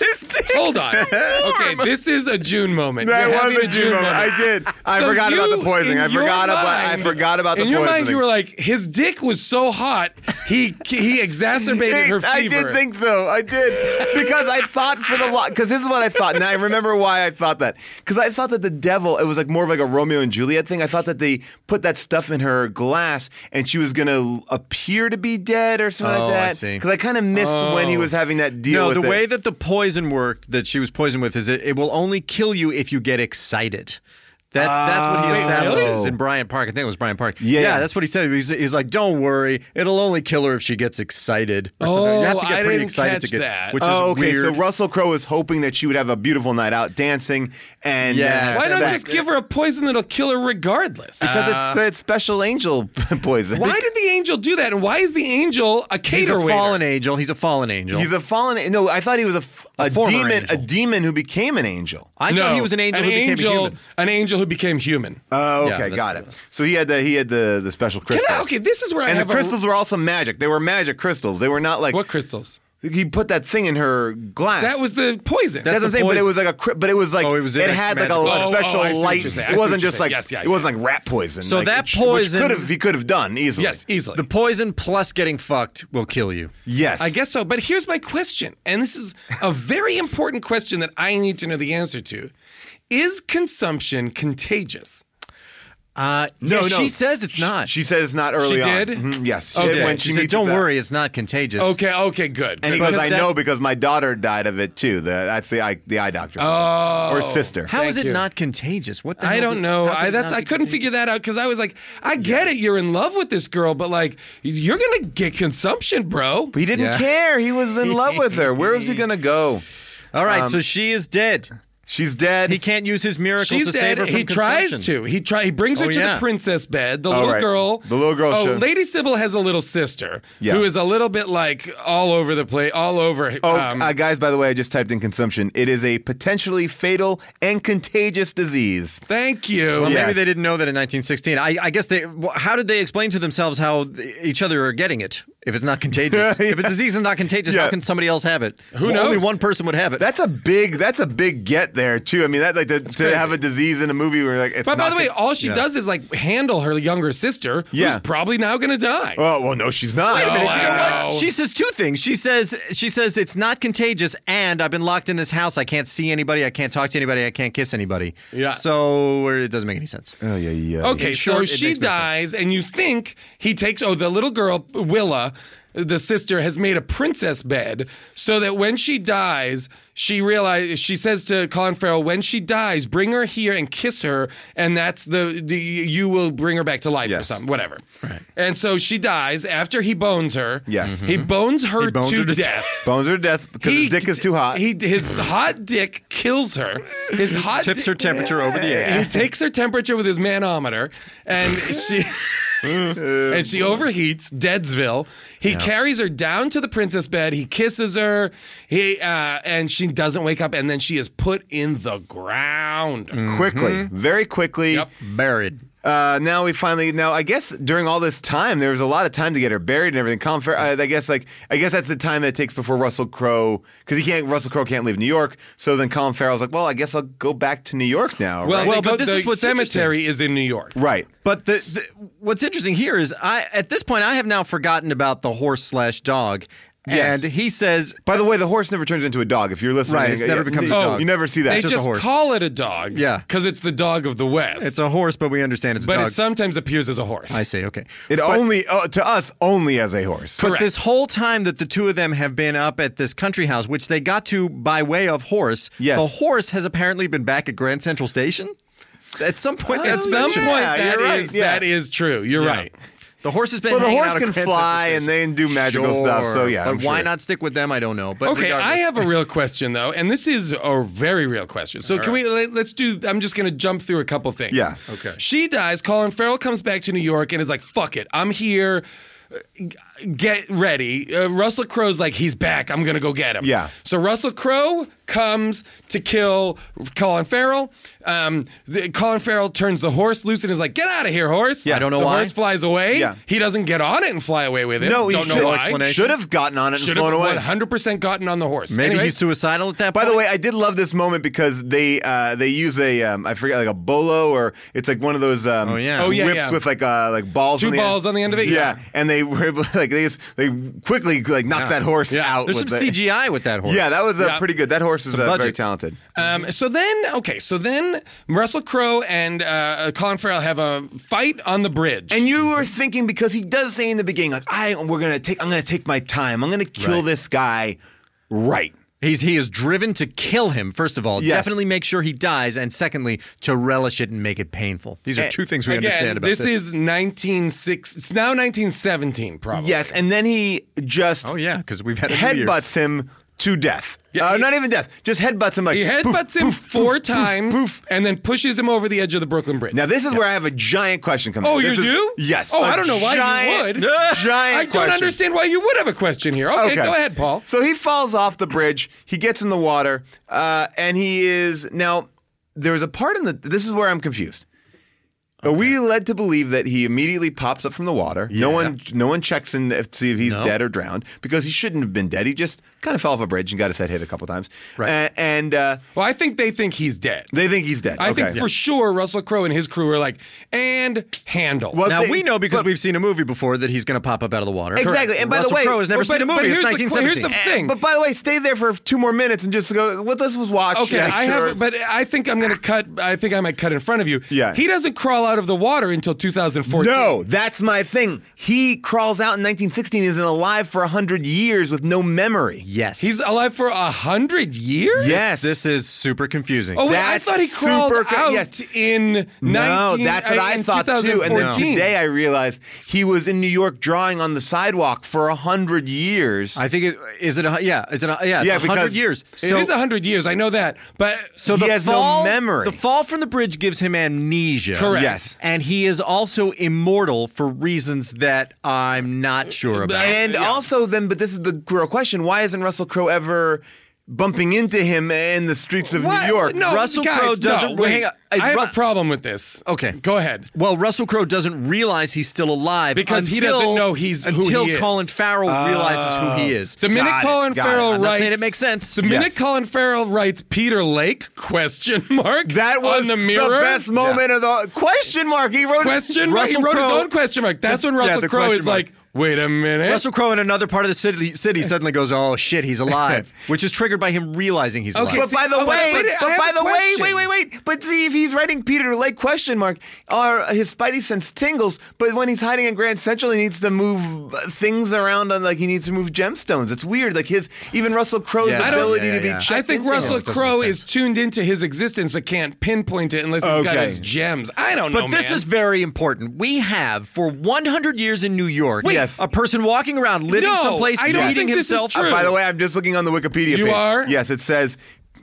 Hold on. Okay, this is a June moment. That You're was having a June moment. I did. I So forgot about you, the poisoning. in I your forgot about. I mind- forgot about the In your poisoning. mind, you were like, his dick was so hot, he he exacerbated her fever. I did think so. I did because I thought for the lot. Because this is what I thought, and I remember why I thought that. Because I thought that the devil. It was like more of like a Romeo and Juliet thing. I thought that they put that stuff in her glass, and she was gonna appear to be dead or something Oh, I like that. see. Because I Oh. kind of missed when he was having that deal. no, with the it. way that the poison worked that she was poisoned with is it, it will only kill you if you get excited. That's that's what he Oh. establishes Really? in Bryant Park. I think it was Bryant Park. Yeah. that's what he said. He's, he's like, "Don't worry, it'll only kill her if she gets excited." Or something. you Oh, have to get I pretty didn't excited to catch get that. which is Oh, okay. weird. So Russell Crowe was hoping that she would have a beautiful night out dancing, and Yeah. then have Why don't sex. you just give her uh, a poison that'll kill her regardless? Because it's, it's special angel poison. why did the angel do that? And why is the angel a he's cater a waiter? fallen angel. He's a fallen angel. He's a fallen. No, I thought he was a, f- a former demon, angel. a demon who became an angel. I thought he was an angel who became angel, a human. An angel who became human. Oh, Yeah, okay, that's got what it. it was. So he had the he had the the special crystals. okay, this is where I and have the a- crystals were also magic. They were magic crystals. They were not like what crystals? he put that thing in her glass. That was the poison. That's, what That's I'm the saying, but it poison. was like a, cri- but it was like Oh, it was in it a had like a, magical- a Oh, oh, special I see what light. you're saying. I It see wasn't what you're just like saying. Yes, yeah, it yeah. wasn't like rat poison. So like, that which- which poison- could have he could have done easily. yes, easily. The poison plus getting fucked will kill you. yes, I guess so. But here's my question, and this is a very important question that I need to know the answer to: Is consumption contagious? Uh, No, yeah, no. She says it's not. She says not early on. did? Mhm, yes, she okay. did when she, she, said, meets "Don't with that- worry, it's not contagious." Okay, okay, good. And he But- goes, I that- know because my daughter died of it too. The, that's the eye, the eye doctor. Oh. or sister. How is Thank it you. not contagious? What the I hell don't did- know. how could I it that's not I be couldn't contagious? figure that out because I was like, I get it. You're in love with this girl, but like, you're gonna get consumption, bro. He didn't Yeah. care. He was in love with her. Where was he gonna go? All right, so she is dead. She's dead. He can't use his miracle She's to save dead. her from He tries consumption. to. He try. He brings her Oh, to yeah. the princess bed. The little right. girl. The little girl Oh, should- Lady Sybil has a little sister Yeah. who is a little bit like all over the place, all over. Oh, um, uh, guys! By the way, I just typed in consumption. It is a potentially fatal and contagious disease. thank you. Well, Yeah. maybe Yes. they didn't know that in 1916. I, I guess they. wh- How did they explain to themselves how th- each other are getting it if it's not contagious? If a disease is not contagious, Yeah. how can somebody else have it? Who Only knows? one person would have it. That's a big. That's a big get there too. I mean, that like to, to crazy. have a disease in a movie where like it's. But by not the way, con- all she Yeah. does is like handle her younger sister, Yeah. who's probably now going to die. oh well, no, she's not. Wait a minute, You know Wow. what? She says two things. She says she says it's not contagious, and I've been locked in this house. I can't see anybody. I can't talk to anybody. I can't kiss anybody. Yeah. So it doesn't make any sense. Oh yeah, yeah. okay, In short, it so she makes no sense. dies, and you think he takes. Oh, the little girl Willa, the sister, has made a princess bed so that when she dies, she realize she says to Colin Farrell, "When she dies, bring her here and kiss her, and that's the, the you will bring her back to life or Yes. something, whatever." Right. And so she dies after he bones her. Yes. he bones her Mm-hmm. He bones to her to death. Bones are death because his dick is too hot. He his hot dick kills her. His hot Tips di- her temperature over the air. he takes her temperature with his manometer, and she and she overheats Deadsville. He carries her down to the princess bed. He kisses her. He uh, and she doesn't wake up. And then she is put in the ground. Quickly, very quickly. Mm-hmm. Yep. Buried. Uh, now we finally. Now I guess during all this time, there was a lot of time to get her buried and everything. Colin Farrell. uh, I, I guess like I guess that's the time that it takes before Russell Crowe because he can't. Russell Crowe can't leave New York. So then Colin Farrell's like, well, I guess I'll go back to New York now. Well, right? Well, they go- but this the is what's cemetery is in New York. right. But the, the what's interesting here is I at this point I have now forgotten about the horse slash dog, Yes. and he says By the way, the horse never turns into a dog. If you're listening, Right, it's never you- becomes a you, dog. You never see that. Oh, They It's just, just a horse. call it a dog. Yeah. because it's the dog of the West. it's a horse, but we understand it's a but dog. it sometimes appears as a horse. I see. Okay. it only uh, to us only as a horse. But Correct. this whole time that the two of them have been up at this country house, which they got to by way of horse, Yes. the horse has apparently been back at Grand Central Station. At some point, Oh, At that's some yeah, mentioned. point, that you're right, is- yeah. that is true. You're right. the horse has been. well, the hanging horse out at can Grand Central fly and Station. they can do magical stuff. So Sure. yeah, but I'm why sure. not stick with them? I don't know. But Okay, I regardless- have a real question though, and this is a very real question. So can we let, let's do? I'm just going to jump through a couple things. Yeah. Okay. She dies. Colin Farrell comes back to New York and is like, "Fuck it, I'm here." Uh, g- Get ready. Uh, Russell Crowe's like, he's back. I'm going to go get him. Yeah. So Russell Crowe comes to kill Colin Farrell. Um, the, Colin Farrell turns the horse loose and is like, get out of here, horse. Yeah, I don't know the why. horse flies away. Yeah. He doesn't get on it and fly away with it. No, he don't know should- why. Should have gotten on it and Should flown have away. 100% gotten on the horse. Maybe Anyway, he's suicidal at that. By point. the way, I did love this moment because they uh, they use a um, I forget like a bolo or it's like one of those um, Oh, yeah. Oh, yeah, whips yeah. with like uh, like balls Two on the balls end. on the end of it? Yeah. Yeah. and they were able like they just, they quickly like knocked that horse Yeah. out. there's some with the- CGI with that horse. Yeah, that was uh, Yeah. pretty good. That horse is uh, very budget. talented. Um, so then, okay, so then Russell Crowe and uh, Colin Farrell have a fight on the bridge. And you were thinking because he does say in the beginning like I we're gonna take I'm gonna take my time. I'm gonna kill Right. this guy right. He's he is driven to kill him. First of all, Yes. definitely make sure he dies, and secondly, to relish it and make it painful. These are And two things we Eh, Again, understand about this, this. is 1906. It's now 1917, probably. Yes, and then he just oh yeah, because we've had a New Year's. headbutts him to death. Yeah, uh, he- not even death. Just headbutts him like He poof, headbutts him poof, four poof, poof, times poof. and then pushes him over the edge of the Brooklyn Bridge. Now this is where I have a giant question coming. oh, up. you This is- do? Yes. Oh, I I don't know why giant, you would. Giant. I don't question. understand why you would have a question here. Okay, go ahead, Paul. So he falls off the bridge. He gets in the water, uh, and he is now. There's a part in the. This is where I'm confused. Are we led to believe that he immediately pops up from the water? No one, no one checks in to see if he's No. dead or drowned because he shouldn't have been dead. He just kind of fell off a bridge and got his head hit a couple times. Right. A- and uh, Well, I think they think he's dead. they think he's dead. I okay. think for sure Russell Crowe and his crew are like, and handle. Well, Now they- we know because but- we've seen a movie before that he's going to pop up out of the water. Exactly, and by the Russell way- Crowe has never But- seen Eh, a but movie. It's here's the- here's 1917. the thing. Eh, But by the way, stay there for two more minutes and just go. Let us watch. Okay, Yeah, I sure. have, but I think I'm gonna cut. I think I might cut in front of you. Yeah. he doesn't crawl out of the water until 2014. No, that's my thing. He crawls out in 1916 and isn't alive for 100 years with no memory. yes, he's alive for a hundred years. Yes. This is super confusing. Oh, wait, I That's thought he crawled super co- out yes. in No, 19 that's what uh, I in thought too. And then 2014. today I realized he was in New York drawing on the sidewalk for 100 years. I think it is it. A, yeah, it's an, yeah, it's Yeah, a hundred because years. It is a hundred years. I know that, but So the He has no fall, memory. The fall from the bridge gives him amnesia. Correct. Yes. And he is also immortal for reasons that I'm not Uh, sure about. and also then, but this is the real question, why isn't Russell Crowe ever bumping into him in the streets of What? New York? No, Russell guys, Crowe doesn't- No, well, wait, hang on. I have Ru- a problem with this. Okay. go ahead. Well, Russell Crowe doesn't realize he's still alive Because he until, doesn't know he's who until he is. Colin Farrell realizes who he is. The minute Got it, Colin got it. Farrell I'm not writes, saying it makes sense. The minute Yes. Colin Farrell writes Peter Lake question mark That was on the mirror best moment of the question mark. He wrote question mark. He Russell wrote Crowe- his own question mark. That's Yeah, when Russell the Crowe question is mark. like, wait a minute. Russell Crowe in another part of the city, city suddenly goes, "Oh shit, he's alive," which is triggered by him realizing he's Okay, But alive. See, by the oh, way, but- but I but have by a the way, question. wait, wait, wait. But see, if he's writing Peter Lake question mark, or his spidey sense tingles. But when he's hiding in Grand Central, he needs to move uh, things around. On like he needs to move gemstones. It's weird. Like his even Russell Crowe's Yeah, I don't- ability yeah, to be. yeah, yeah. I checked think into Russell him. doesn't Crowe make is sense. tuned into his existence but can't pinpoint it unless he's got Okay. his gems. I don't know. But this Oh, man. is very important. We have for 100 years in New York, Yes. a person walking around, living No, someplace, I don't eating think this is himself. true. By the way, I'm just looking on the Wikipedia. You page. are? Yes, it says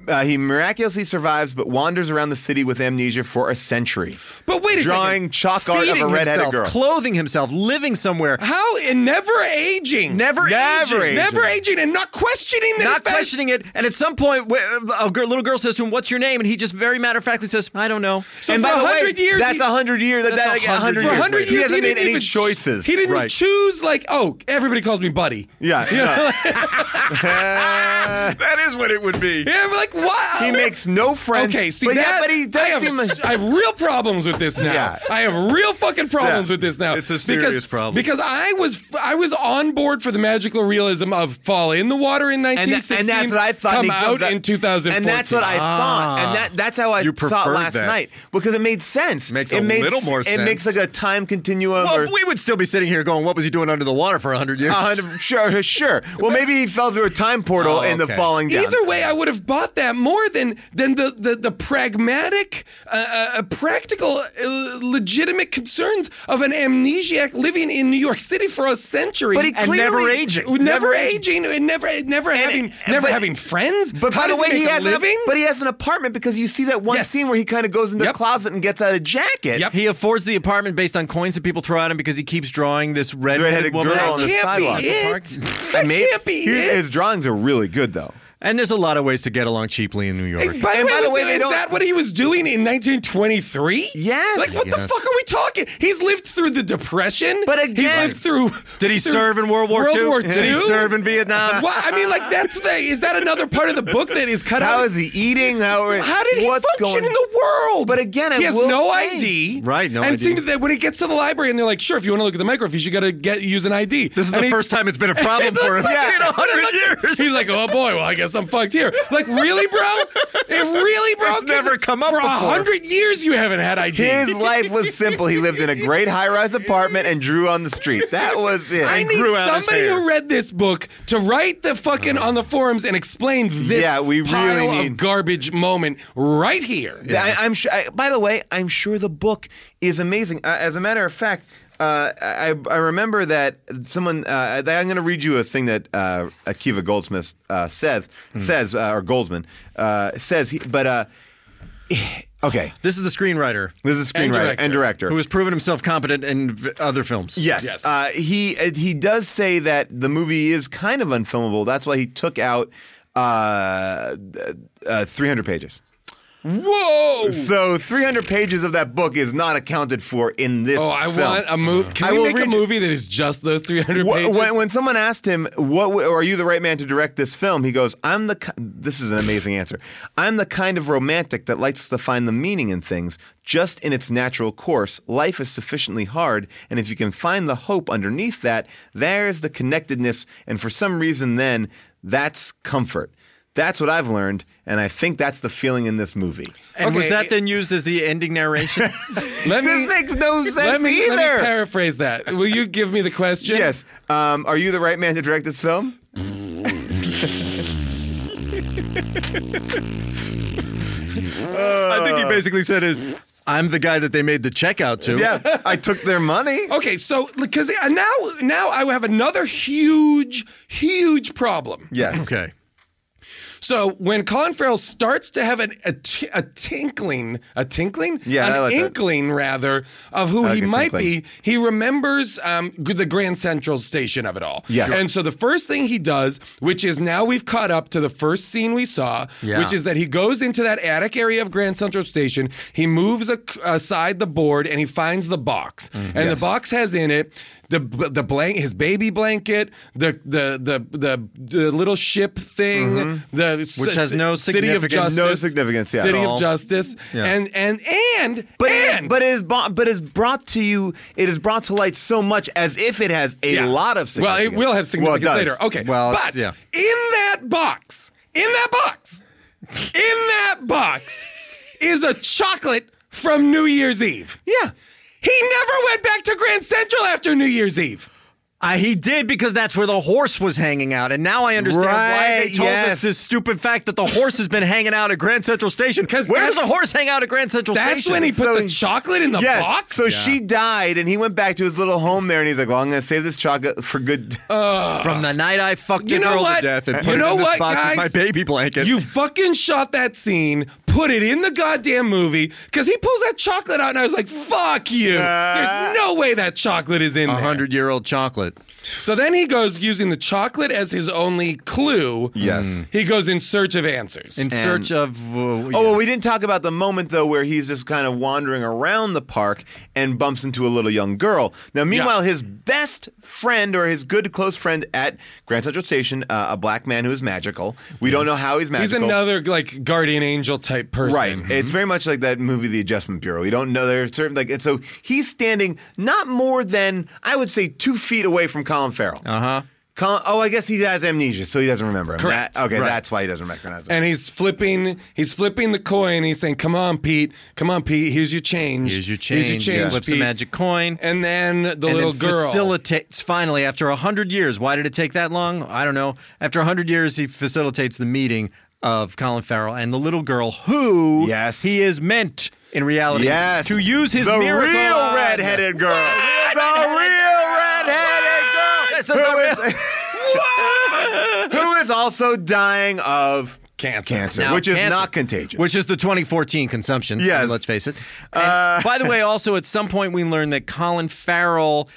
Uh, he miraculously survives, but wanders around the city with amnesia for a century. But wait a Drawing second. chalk art of a Feeding redheaded himself, girl. Clothing himself, living somewhere. How and never aging, Never, Never aging. aging. never aging, and not questioning that. Not it fa- questioning it. And at some point, wh- a girl, little girl says to him, What's your name? And he just very matter of factly says, I don't know. So and for by the way, 100 years, that's he- a hundred years. That, That's that, like, 100 100 years. For 100 years. He years, hasn't made didn't any even- choices. He didn't Right. choose like, oh, everybody calls me buddy. Yeah. yeah. that is what it would be. Yeah, but like wow. he makes no friends. Okay, see but that. Yeah, but he does I, have, seem like- I have real problems with this now. Yeah. I have real fucking problems Yeah. with this now. It's a serious because, problem. Because I was I was on board for the magical realism of Fall in the Water and, in that- 1916. and that's what I thought. Come and he comes out up- in 2014. And that's what I Uh, thought. Ah. And that, that's how I You saw it preferred last that. night because it made sense. Makes it a made little s- more it sense. makes like a time continuum. Well, or, we would still be sitting here going, What was he doing under the water for 100 years? A hundred- sure, sure. Well, maybe he fell through a time portal Oh, in the okay. falling down. Either way, I would have bought that more than than the the, the pragmatic, uh, uh, practical, uh, legitimate concerns of an amnesiac living in New York City for a century, But he And never clearly- aging. never, never aging, and never never having never but- having friends. But How by the does way, he make a has living. An, but he has an apartment because you see that one Yes. scene where he kind of goes into Yep. the closet and gets out a jacket. Yep. He affords the apartment based on coins that people throw at him because he keeps drawing this red-headed Redheaded woman. girl out. on the can't be sidewalk. it. I That mean, can't be his, it. his drawings are really good though. And there's a lot of ways to get along cheaply in New York. And by And the way, by the was- way, they is don't- that what he was doing in 1923? Yes. Like, what the Yes. fuck are we talking? He's lived through the Depression. But he's again- lived through. Did he through serve in World War World II? War Did he II? serve in Vietnam? Well, I mean, like that's the. Is that another part of the book that is cut How out? is he eating? How, How did he what's function going- in the world? But again, I he has will no say- ID. Right, no and ID. seeing that when he gets to the library and they're like, "Sure, if you want to look at the microfiche, you got to get use an ID." This is And the he's- first time it's been a problem for It's him like, in it's 100 like- years. He's like, oh boy, well I guess I'm fucked here. Like really, bro? It really, bro? It's never come up for a before. hundred years. You haven't had ID. His life was simple. He lived in a great high-rise apartment and drew on the street. That was it. I need grew out his somebody hair. Uh. who read this book to write the fucking on the forums and explain this Yeah, we really pile of need- garbage moment right here. I, I'm sure. I, by the way, I'm sure the book is amazing. Uh, as a matter of fact, uh, I, I remember that someone. Uh, that- I'm going to read you a thing that uh, Akiva Goldsmith uh, says, Hmm. says uh, or Goldsman uh, says. He, but uh, okay, This is the screenwriter this is a screenwriter And and director. director. who has proven himself competent in v- other films. Yes. Yes. Uh, he uh, he does say that the movie is kind of unfilmable. That's why he took out uh, uh, 300 pages. Whoa. So 300 pages of that book is not accounted for in this. Oh, I film. want a movie. Can I we will make a read- movie that is just those 300 Wh- pages? When, when someone asked him, "What w- are you the right man to direct this film?" He goes, "I'm the. ki- This is an amazing answer. I'm the kind of romantic that likes to find the meaning in things just in its natural course. Life is sufficiently hard, and if you can find the hope underneath that, there's the connectedness, and for some reason, then that's comfort. That's what I've learned, and I think that's the feeling in this movie. And was Okay. that then used as the ending narration? let This makes no sense let me, either. Let me paraphrase that. Will you give me the question? Yes. Um, are you the right man to direct this film? I think he basically said is, I'm the guy that they made the check out to. Yeah, I took their money. Okay, so because now now I have another huge huge problem. Yes. Okay. So when Colin Farrell starts to have an, a, t- a tinkling, a tinkling, Yeah, an I like that. inkling rather of who I like he a might tinkling. be, he remembers um, g- the Grand Central Station of it all. Yes. And so the first thing he does, which is now we've caught up to the first scene we saw, Yeah. which is that he goes into that attic area of Grand Central Station. He moves ac- aside the board and he finds the box, Mm, and the box has in it. The, the blank his baby blanket the the the the, the little ship thing the Mm-hmm. Which has no City of significance. justice, No significance, yeah. City At of all. justice, Yeah. and and and But and it, but it is bo- but is brought to you. It is brought to light so much as if it has a Yeah. lot of Well, significance. it will have significance Well, it does. later. Okay, Well, it's- but yeah. in that box, in that box, in that box is a chocolate from New Year's Eve. Yeah. He never went back to Grand Central after New Year's Eve. Uh, he did because that's where the horse was hanging out, and now I understand why they Right, told us yes. this stupid fact that the horse has been hanging out at Grand Central Station. 'Cause where does that's- the horse hang out at Grand Central That's Station? when he put So the he- chocolate in the Yeah. box. So she died, and he went back to his little home there, and he's like, "Well, I'm going to save this chocolate for good." Oh, From the night I fucked Uh, You your know girl what? to death and You put know it in this what, box guys? with my baby blanket. You fucking shot that scene, put it in the goddamn movie, because he pulls that chocolate out, and I was like, fuck you. There's no way that chocolate is in a there. hundred year old chocolate. So then he goes using the chocolate as his only clue. Mm. Yes. He goes in search of answers. In search of. Uh, Oh, well, we didn't talk about the moment though where he's just kind of wandering around the park and bumps into a little young girl. Now, meanwhile, his best friend or his good close friend at Grand Central Station, uh, a black man who is magical. We don't know how he's He's uh, magical. another like guardian angel type person. Right. Mm-hmm. It's very much like that movie, The Adjustment Bureau. You don't know there's certain like, and so he's standing not more than I would say two feet away from Colin Farrell. Uh Uh-huh. huh. Colin, oh, I guess he has amnesia, so he doesn't remember him. Correct. That- okay, Right. that's why he doesn't recognize him. And he's flipping he's flipping the coin. He's saying, Come on, Pete. Come on, Pete. Here's your change. Here's your change. Here's your change. Flips Pete." a magic coin. And then the and little then girl. facilitates finally after a hundred years. Why did it take that long? I don't know. After a hundred years, he facilitates the meeting of Colin Farrell and the little girl who Yes. he is meant in reality Yes. to use his the miracle real on- redheaded girl. The redheaded real redheaded girl. This is who the is- who is also dying of Cancer. cancer, Now, which is cancer- not contagious. Which is the 2014 consumption. I mean, Yes. Uh, let's face it. And by the way, also at some point we learned that Colin Farrell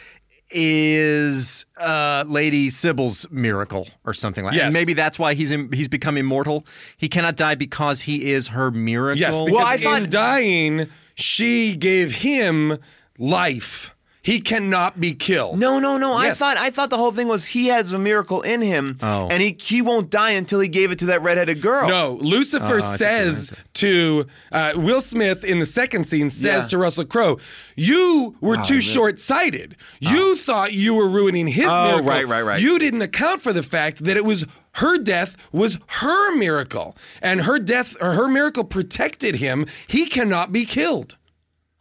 is uh, Lady Sybil's miracle or something like that. Yes. And maybe that's why he's im he's become immortal. He cannot die because he is her miracle. Yes, because I in thought- dying, she gave him life. He cannot be killed. No, no, no. I Yes. thought I thought the whole thing was he has a miracle in him, Oh. and he he won't die until he gave it to that redheaded girl. No, Oh, Lucifer says to uh, Will Smith in the second scene says Yeah. Oh, to Russell Crowe, "You were too short-sighted. You thought you were ruining his Oh, miracle. right, right, right. You didn't account for the fact that it was her death was her miracle, and her death or her miracle protected him. He cannot be killed,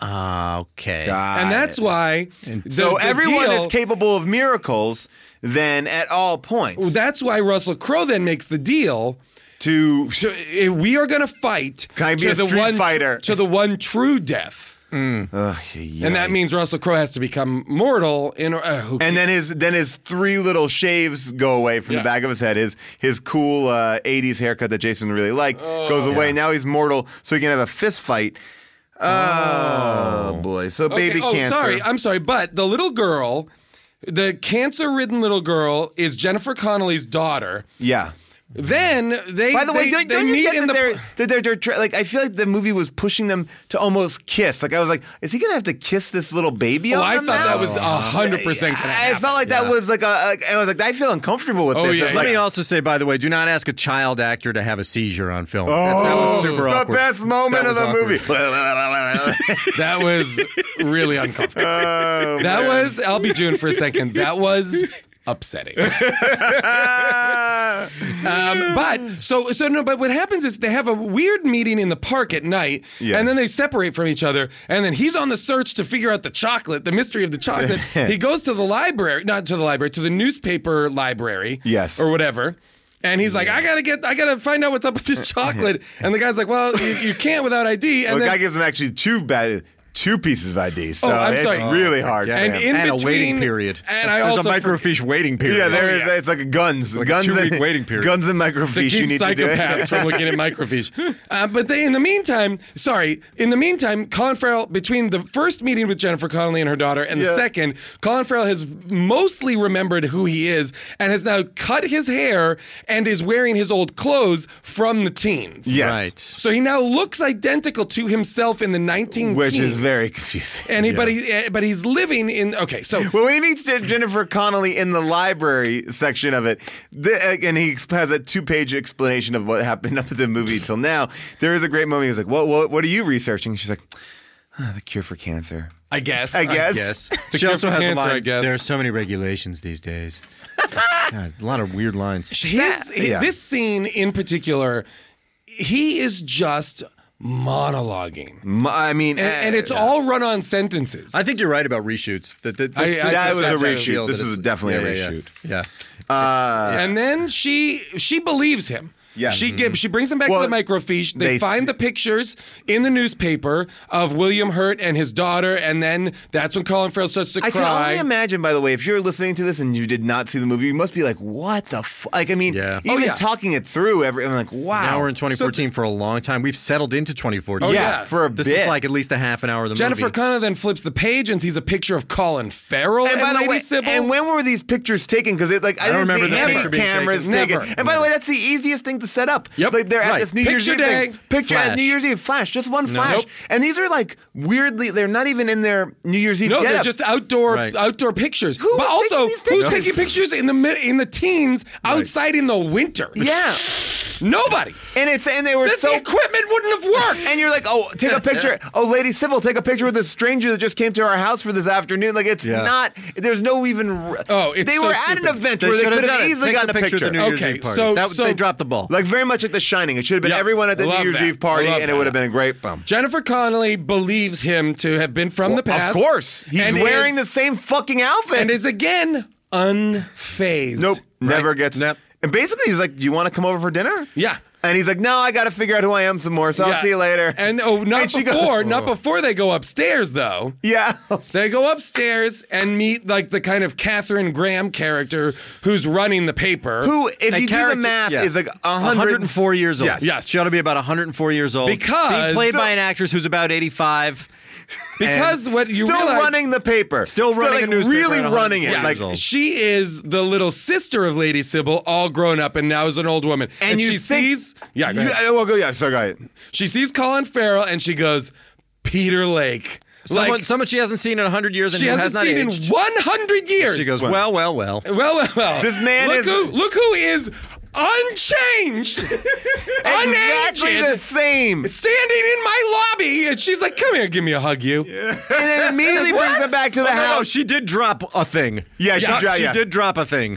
Ah, Okay. Got and it. that's why. so the- the everyone deal- is capable of miracles. Then at all points That's why Russell Crowe then makes the deal. to So eh, we are going to fight Can I be to a the street one fighter? to the one true death. Ugh, And that means Russell Crowe has to become mortal in. Uh, who And then his then his three little shaves go away from Yeah. the back of his head. His his cool uh, '80s haircut that Jason really liked Oh. goes away. Now he's mortal, so he can have a fist fight. Oh, boy! So Okay, baby oh, cancer. sorry, I'm sorry, but the little girl, the cancer-ridden little girl, is Jennifer Connelly's daughter. yeah. Then they. By the way, they, don't, they don't meet you get in that the they're, that they're, they're tra- like I feel like the movie was pushing them to almost kiss. Like I was like, is he gonna have to kiss this little baby? Oh, on I them thought now? that was hundred percent. I felt like that was like a. a- I was like, I feel uncomfortable with Oh, this. yeah, It's Let like, me also say, by the way, do not ask a child actor to have a seizure on film. Oh, super the awkward. best moment That of the was movie. that was really uncomfortable. Oh, that was. I'll be June for a second. That was upsetting. Ah. Um, but so so no. But what happens is they have a weird meeting in the park at night, Yeah. and then they separate from each other. And then he's on the search to figure out the chocolate, the mystery of the chocolate. he goes to the library, not to the library, to the newspaper library, Yes. or whatever. And he's like, I gotta get, I gotta find out what's up with this chocolate. And the guy's like, Well, you, you can't without ID. And the then- guy gives him actually two bad, two pieces of ID. So Oh, I'm it's sorry. really hard. for and him. in And between, a waiting period. And I There's also a microfiche waiting period. yeah, there Oh, is. yes. It's like a guns, Like a guns, two-week and, waiting period. guns and to microfiche. keep You need to do it. psychopaths from looking at microfiche. Uh, but they, in the meantime, sorry, in the meantime, Colin Farrell, between the first meeting with Jennifer Connelly and her daughter and the Yeah. second, Colin Farrell has mostly remembered who he is and has now cut his hair and is wearing his old clothes from the teens. Yes. Right. So he now looks identical to himself in the 19 Which teens. is very confusing. And he, but he, uh, but he's living in. Okay, so Well, when he meets Jen- Jennifer Connolly in the library section of it, the, uh, and he ex- has a two-page explanation of what happened up to the movie till now, there is a great moment. He's like, "What? What, what are you researching?" She's like, "Ah, "The cure for cancer." I guess. I guess. Yes. The she cure also for has cancer, a line. I guess. There are so many regulations these days. God, a lot of weird lines. His, Yeah. this scene in particular, he is just monologuing. M- I mean, uh, And, and it's all run on sentences. I think you're right about reshoots. That, that I- I- that just was a have to reshoot. feel This that is it's- definitely yeah, a yeah, reshoot. Yeah. Uh, and then she she believes him. Yeah. She gives she brings him back Well, to the microfiche. They, they find s- the pictures in the newspaper of William Hurt and his daughter, and then that's when Colin Farrell starts to I can cry. only imagine, by the way, if you're listening to this and you did not see the movie, you must be like, what the f-? Like, I mean, Yeah. even Oh, yeah. talking it through, every, I'm like, wow. Now we're in 2014 for a long time. We've settled into 2014. yeah, yeah. for a This bit. is like at least a half an hour of the Jennifer movie. Connor then flips the page and sees a picture of Colin Farrell Oh, and, and by the Lady way, Sybil. and when were these pictures taken? Because like I, I don't didn't remember see that any picture being cameras taken. taken. Never. And by the way, that's the easiest thing to set up. Yep. like they're at Right. this New Year's Picture Eve day. thing. Picture at Flash. New Year's Eve flash, just one flash, Nope. and these are like weirdly, they're not even in their New Year's Eve. no, they're getups. just outdoor Right. outdoor pictures. Who but was taking also, these who's pictures? taking pictures in the mid, in the teens outside in the winter? yeah, nobody. and it's and they were This so. equipment wouldn't have worked. and you're like, oh, take a picture. Oh, Lady Sybil, take a picture with this stranger that just came to our house for this afternoon. Like, it's Yeah. not, there's no even. r- Oh, it's They so were at an stupid. event They where they should have could done have it. easily Take gotten the a picture picture. At the New Year's Okay, Eve party. so- That- so- they dropped the ball. Oh. Like very much like The Shining. It should have been Yep. everyone at the Love New Year's that. Eve party, Love and it would have that. been a great bump. Jennifer Connolly believes him to have been from the past. Of course, he's and wearing is, the same fucking outfit. and is again unfazed. nope, never Right. gets. Nope. And basically, he's like, "Do you want to come over for dinner?" Yeah. And he's like, "No, I got to figure out who I am some more, so Yeah. I'll see you later." And oh, not And she goes- before, not before they go upstairs though. yeah, They go upstairs and meet like the kind of Catherine Graham character who's running the paper. who, if A you do the character- math, yeah. is like a hundred 104 years old. Yes. Yes. She ought to be about 104 years old. Because- Being played by an actress who's about 85. because what you still realize running the paper, Still running like, a newspaper really at running it, 104 like years old. she is the little sister of Lady Sybil, all grown up and now is an old woman. and, you she think, sees yeah, go you, ahead. uh, well, go yeah, so go ahead. she sees Colin Farrell and she goes, Peter Lake. Someone, like someone she hasn't seen in 100 years and she who hasn't has not seen aged. in 100 years. She goes, well, well, well. Well, well, well. This man look is- Who, look who is unchanged, Exactly unaged, the same. standing in my lobby, and she's like, "Come here, give me a hug, you." And it immediately brings him back to the Oh, no, house. no, she did drop a thing. Yeah, she dro- she yeah. did drop a thing.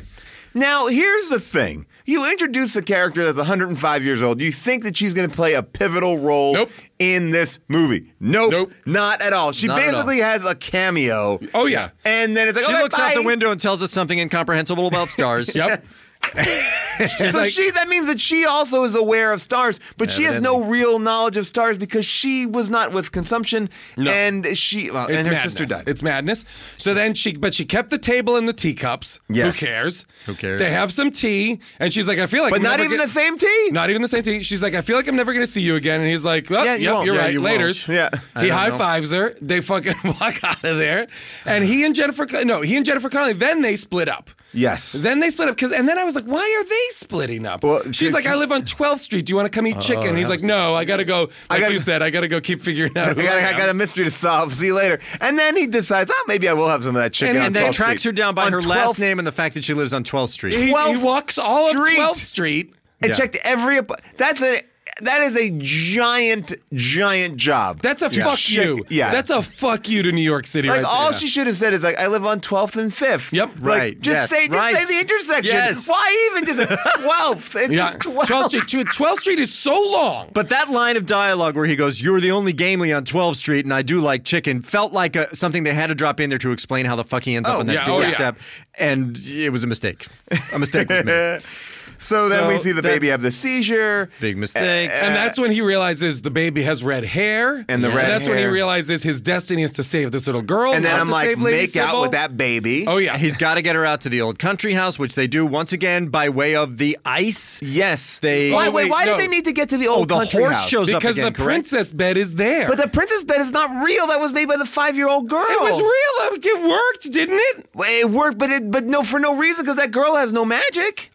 Now, here's the thing. You introduce a character that's 105 years old. You think that she's going to play a pivotal role Nope. in this movie. Nope. Nope. Not at all. She Not at all. basically has a cameo. Oh yeah. And then it's like, She okay, looks out the bye. window and tells us something incomprehensible about stars. Yep. So she that means that she also is aware of stars, but she has no real knowledge of stars because she was not with consumption and she well, It's and her madness. sister died. It's madness. So then she, but she kept the table and the teacups. Yes. Who cares? Who cares? They have some tea, and she's like, "I feel like." but I'm not never even get- the same tea. Not even the same tea. She's like, I feel like I'm never going to see you again. And he's like, well, Yeah, yeah, you yep, won't. you're Yeah, right. you won't. Laters. Yeah. I He don't high know. fives her. They fucking walk out of there. And he and Jennifer, Con- no, he and Jennifer Connelly, then they split up. Yes. Then they split up because, and then I was like, why are they splitting up? Well, She's she- Oh, like, I live on 12th Street. Do you want to come eat chicken? And he's like, no, I got to go. Like gotta- you said, I got to go keep figuring out. I who got, I I am. got a mystery to solve. See you later. And then he decides, oh, maybe I will have some of that chicken. And, on and then 12th tracks Street. her down by On her last 12th name and the fact that she lives on 12th Street. He, he 12th walks all of Street. 12th Street. and Yeah. checked every. app- That's a that is a giant, giant job. That's a Yeah. fuck Check- you. Yeah, That's a fuck you to New York City. like right all there. she should have said is like I live on 12th and 5th. Yep. Like, Right. Just Yes. say just Right. say the intersection. Yes. Why even just 12th? It's Yeah. just 12th. 12th Street. 12th Street is so long. But that line of dialogue where he goes, "You're the only gamely on 12th Street, and I do like chicken," felt like a, something they had to drop in there to explain how the fuck he ends up on that yeah, oh, yeah. doorstep, and it was a mistake. A mistake was made. So then So we see the that- baby have the seizure. Big mistake. And that's when he realizes the baby has red hair. uh, And the red that's when he hair. realizes his destiny is to save this little girl. And then not I'm to like, save Lady make out Sybil." with that baby. Oh yeah, He's got to get her out to the old country house, which they do once again by way of the ice. yes. They- Why, Oh, wait, wait, why no. did they need to get to the Oh, old the country horse house? shows up because again, the correct? princess bed is there. But the Oh. princess bed is not real. That was made by the five-year-old girl. it was real. It worked, didn't it? Well, It worked, but it but no for no reason because that girl has no magic.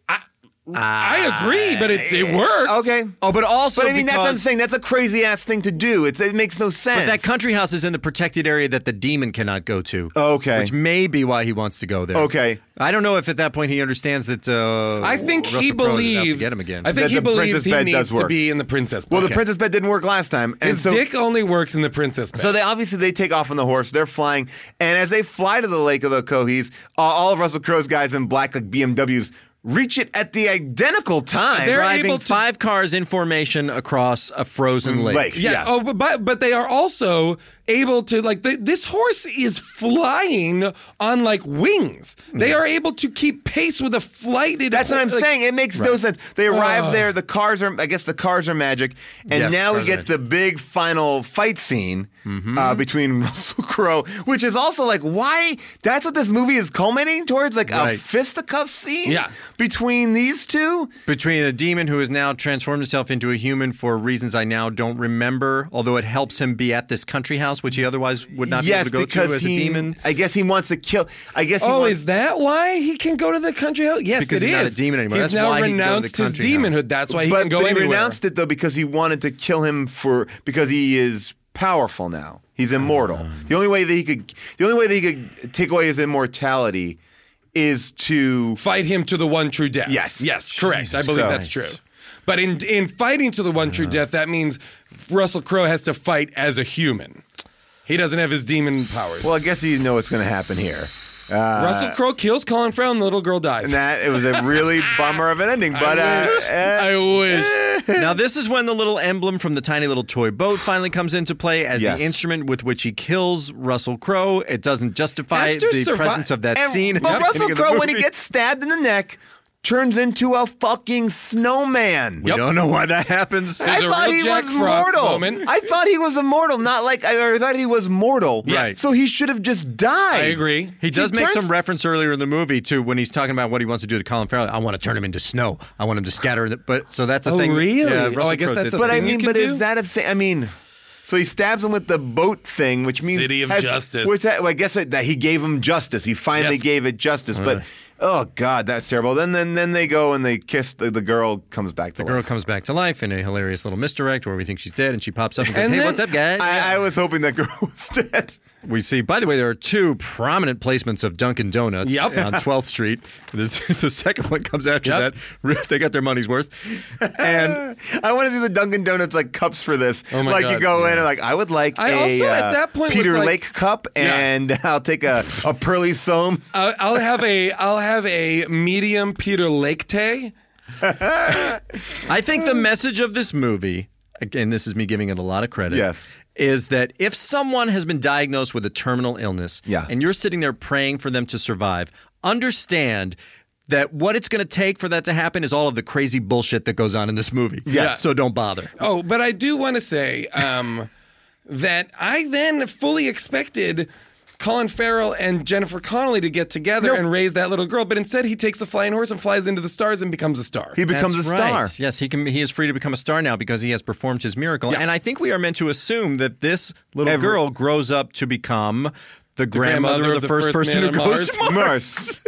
I agree, but it, it worked. Uh, Okay. Ah. Oh, but also But I mean, that's what I'm because- saying. That's a crazy ass thing to do. It's, it makes no sense. But that country house is in the protected area that the demon cannot go to. Okay. Which may be why he wants to go there. Okay. I don't know if at that point he understands that. Uh, I think Russell he Crowe is out believes. to get him again. I think That he the believes princess he bed needs does to work. be in the princess. Bed. well, the princess bed didn't work last time, and his so dick only works in the princess bed. so they obviously they take off on the horse. They're flying, and as they fly to the lake of the Cohees, uh, all of Russell Crowe's guys in black like BMWs reach it at the identical time. They're driving able to- five cars in formation across a frozen lake. Lake. Yeah. Yeah. Oh, but, but but they are also able to like th this horse is flying on like wings. They are able to keep pace with a flighted. That's what I'm like, saying. It makes no sense. They arrive Ugh. there. The cars are. I guess the cars are magic. And Uh. Yes, now we cars are get magic. Mm-hmm. the big final fight scene uh, between Russell Crowe, which is also like why. That's what this movie is culminating towards, like a Right. fisticuff scene. Yeah. Between these two, Between a demon who has now transformed himself into a human for reasons I now don't remember, although it helps him be at this country house, which he otherwise would not yes, be able to go because to as he. a demon. I guess he wants to kill. I guess. he Oh, wants, is that why he can go to the country house? Yes, Because it he's not a is. demon anymore. He's That's now why he can go to the renounced his country house. demonhood. That's why he but can go they anywhere. renounced it though because he wanted to kill him for because he is powerful now. He's immortal. the only way that he could the only way that he could take away his immortality is to fight him to the one true death. Yes. Yes, correct. I believe that's true. Christ. But in in fighting to the one true death, that means Russell Crowe has to fight as a human. He doesn't have his demon powers. well, I guess you know what's going to happen here. Uh, Russell Crowe kills Colin Farrell, and the little girl dies. And that it was a really bummer of an ending, but I uh, wish. eh, I wish. now this is when the little emblem from the tiny little toy boat finally comes into play as Yes. the instrument with which he kills Russell Crowe. It doesn't justify After the survi- presence of that and- scene. at the But Russell beginning of the Crowe, when he movie. gets stabbed in the neck, turns into a fucking snowman. we Yep. don't know why that happens. I There's a thought real he Jack was Frost mortal. moment. I thought he was immortal, not like I or I thought he was mortal. Yes. So he should have just died. I agree. He does He make turns- some reference earlier in the movie to when he's talking about what he wants to do to Colin Farrell. I want to turn him into snow. I want him to scatter. The, but so that's a Oh, thing. really? Yeah, Oh, Russell I guess Crowe that's did a that. But I thing you mean, can but do? is that a thing? I mean, so he stabs him with the boat thing, which means City of justice. Which that, well, I guess that he gave him justice. He finally Yes. gave it justice. But oh god, that's terrible. Then then then they go and they kiss. The, the girl comes back to The girl life. comes back to life in a hilarious little misdirect where we think she's dead, and she pops up and goes, And "Hey, then- what's up, guys?" I, I was hoping that girl was dead. we see. By the way, there are two prominent placements of Dunkin' Donuts Yep. on 12th Street. This, the second one comes after Yep. that. They got their money's worth, and I want to see the Dunkin' Donuts like cups for this. Oh my like you God, go in yeah. and like I would like I a also, at uh, that point, was Peter like- Lake cup Yeah. and I'll take a a pearly soam. I'll, Uh, I'll have a I'll have a medium Peter Lake tea. I think the message of this movie, again, this is me giving it a lot of credit. Yes. Is that if someone has been diagnosed with a terminal illness Yeah. and you're sitting there praying for them to survive, understand that what it's going to take for that to happen is all of the crazy bullshit that goes on in this movie. Yeah. So don't bother. Oh, but I do want to say um, that I then fully expected Colin Farrell and Jennifer Connelly to get together and raise that little girl, but instead he takes the flying horse and flies into the stars and becomes a star. He becomes That's a star. right. Yes, he can. He is free to become a star now because he has performed his miracle. And I think we are meant to assume that this little Every- girl grows up to become the, grandmother, of the, first, person man who on goes Mars. to Mars. Mars.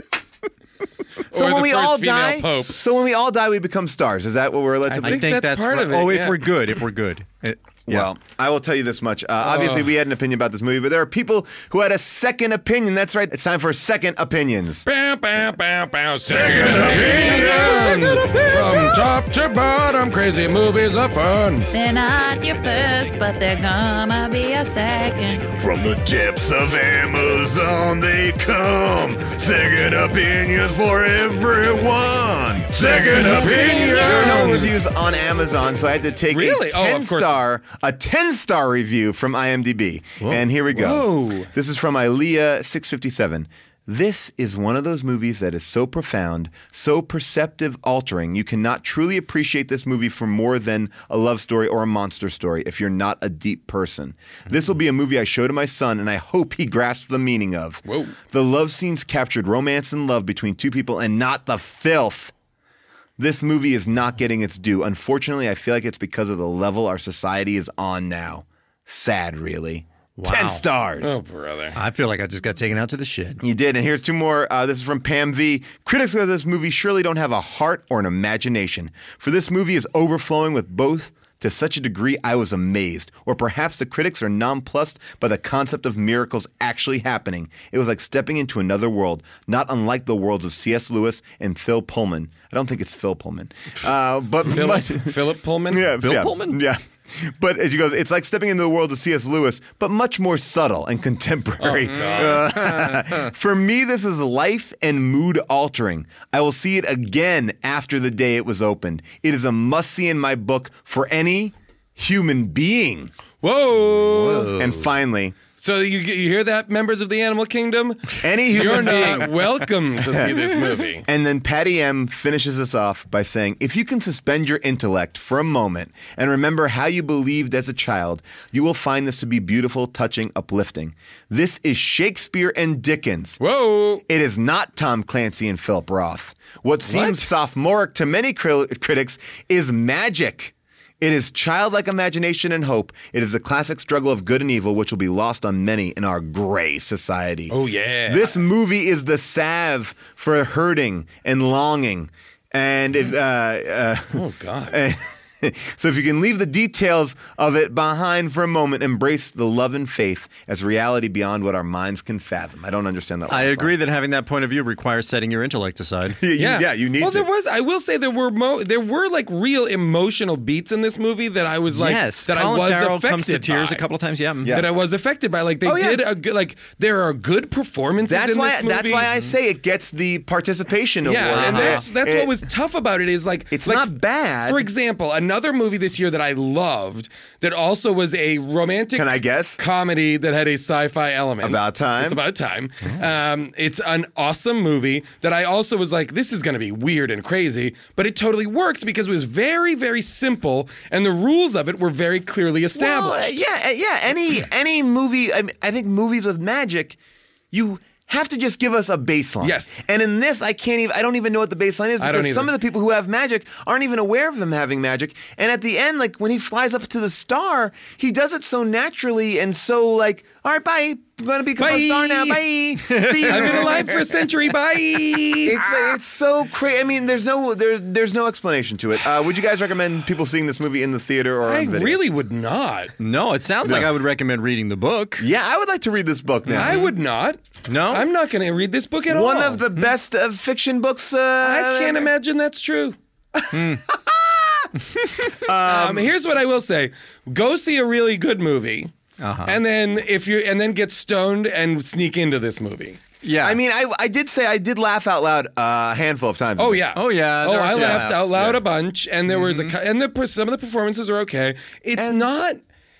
Or So the when we first all female die, pope. so when we all die, we become stars. Is that what we're led to I believe? think that's part right. of it, Oh, yeah. if we're good, if we're good. It- yeah. Well, I will tell you this much. Uh, Oh. obviously, we had an opinion about this movie, but there are people who had a second opinion. That's right. It's time for second opinions. Bow, bow, bow, bow. Second opinion. From top to bottom, crazy movies are fun. They're not your first, but they're gonna be a second. From the depths of Amazon they come. Second opinions for everyone. Second There are no opinion. reviews on Amazon, so I had to take Really? a Oh, ten of course. star a ten star review from IMDb. And here we go. Whoa. This is from Ilea six fifty seven. This is one of those movies that is so profound, so perceptive altering, you cannot truly appreciate this movie for more than a love story or a monster story if you're not a deep person. This will be a movie I show to my son, and I hope he grasps the meaning of. Whoa. The love scenes captured romance and love between two people and not the filth this movie is not getting its due. Unfortunately, I feel like it's because of the level our society is on now. Sad, really. 10 stars. Oh, brother. I feel like I just got taken out to the shed. You did. And here's two more. Uh, this is from Pam V. Critics of this movie surely don't have a heart or an imagination, for this movie is overflowing with both to such a degree I was amazed. Or perhaps the critics are nonplussed by the concept of miracles actually happening. It was like stepping into another world, not unlike the worlds of C.S. Lewis and Phil Pullman. I don't think it's Phil Pullman. Uh, but Philip, much- Philip Pullman? Yeah, Bill yeah, Pullman? Yeah. But as she goes, it's like stepping into the world of C.S. Lewis, but much more subtle and contemporary. Oh, Uh, for me, this is life and mood altering. I will see it again after the day it was opened. It is a must see in my book for any human being. Whoa. And finally, So you, you hear that, members of the animal kingdom? any human You're being. not welcome to see this movie. And then Patty M finishes us off by saying, If you can suspend your intellect for a moment and remember how you believed as a child, you will find this to be beautiful, touching, uplifting. This is Shakespeare and Dickens. Whoa. It is not Tom Clancy and Philip Roth. What seems What? sophomoric to many cri- critics is magic. It is childlike imagination and hope. It is the classic struggle of good and evil, which will be lost on many in our gray society. Oh, yeah. This movie is the salve for hurting and longing. And if, uh, uh, Mm. Oh, God. so if you can leave the details of it behind for a moment, embrace the love and faith as reality beyond what our minds can fathom. I don't understand that. I last agree line. that having that point of view requires setting your intellect aside. Yeah, you, yeah. you need Well, to. there was. I will say there were mo- there were like real emotional beats in this movie that I was like yes, that Colin I was Farrell affected comes to tears by. a couple of times. Yeah, Yeah. That I was affected by. Like they Oh, yeah. did a good. Like there are good performances That's in why. this movie. That's why I say it gets the participation award. Yeah, and Uh-huh. that's that's It- what was tough about it is like It's like, not bad. For example, another movie this year that I loved that also was a romantic. Can I guess? Comedy that had a sci-fi element. About time. It's about time. Um, it's an awesome movie that I also was like, this is going to be weird and crazy, but it totally worked because it was very very simple and the rules of it were very clearly Well, established. uh, yeah, uh, yeah. Any any movie. I, mean, I think movies with magic, you. Have to just give us a baseline. Yes. And in this, I can't even. I don't even know what the baseline is because I don't some of the either. people who have magic aren't even aware of them having magic. And at the end, like when he flies up to the star, he does it so naturally and so like, all right, bye. I'm gonna become a Bye. star now. Bye. See you. I've been alive for a century. Bye. It's it's so crazy. I mean, there's no there there's no explanation to it. Uh, would you guys recommend people seeing this movie in the theater or on I video? really would not. No, it sounds like I would recommend reading the book. Yeah, I would like to read this book now. I would not. No? I'm not going to read this book at all. One of the best of fiction books. Uh, Oh. Hmm? I can't imagine that's true. Hmm. um, here's what I will say: Go see a really good movie, Uh-huh. and then if you and then get stoned and sneak into this movie. Yeah, I mean, I I did say I did laugh out loud uh, a handful of times. Oh yeah. Oh, yeah, Oh, there are I some laughed laughs, out loud yeah. Mm-hmm. a bunch, and there was a cou- and the per- some of the performances are okay. It's not.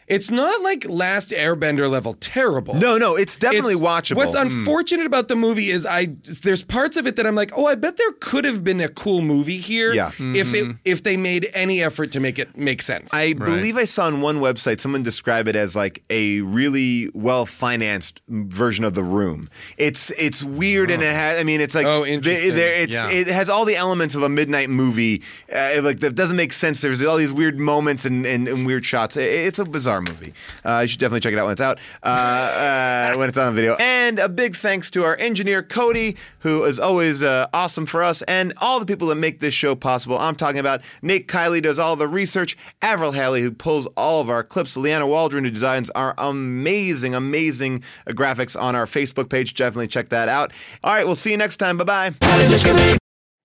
It's not like Last Airbender level terrible. No, no, it's definitely It's- watchable. Hmm. What's unfortunate about the movie is I there's parts of it that I'm like, oh, I bet there could have been a cool movie here Yeah. if it if they made any effort to make it make sense. I believe I saw on one website someone describe it as like a really well financed version of the room. It's it's weird and it has. I mean, it's like Oh, they- interesting. they're- it's Yeah. it has all the elements of a midnight movie. Uh, like that doesn't make sense. There's all these weird moments and, and, and weird shots. It- it's a bizarre movie. Uh, you should definitely check it out when it's out. Uh, uh, when it's on video. And a big thanks to our engineer Cody, who is always uh, awesome for us, and all the people that make this show possible. I'm talking about Nate Kiley does all the research, Avril Halley who pulls all of our clips, Leanna Waldron who designs our amazing, amazing uh, graphics on our Facebook page. Definitely check that out. All right, we'll see you next time. Bye bye.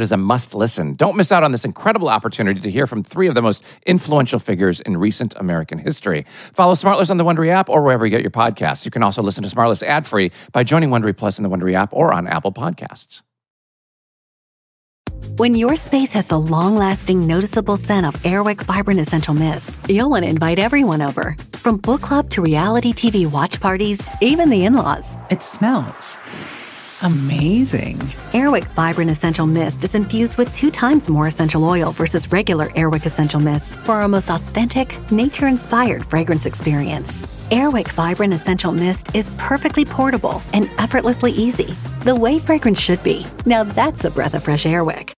is a must listen. Don't miss out on this incredible opportunity to hear from three of the most influential figures in recent American history. Follow Smartless on the Wondery app or wherever you get your podcasts. You can also listen to Smartless ad free by joining Wondery Plus in the Wondery app or on Apple Podcasts. When your space has the long lasting, noticeable scent of Airwick Vibrant Essential Mist, you'll want to invite everyone over. From book club to reality TV watch parties, even the in laws. It smells amazing. Airwick Vibrant Essential Mist is infused with two times more essential oil versus regular Airwick Essential Mist for our most authentic, nature inspired fragrance experience. Airwick Vibrant Essential Mist is perfectly portable and effortlessly easy. the way fragrance should be. Now that's a breath of fresh Airwick.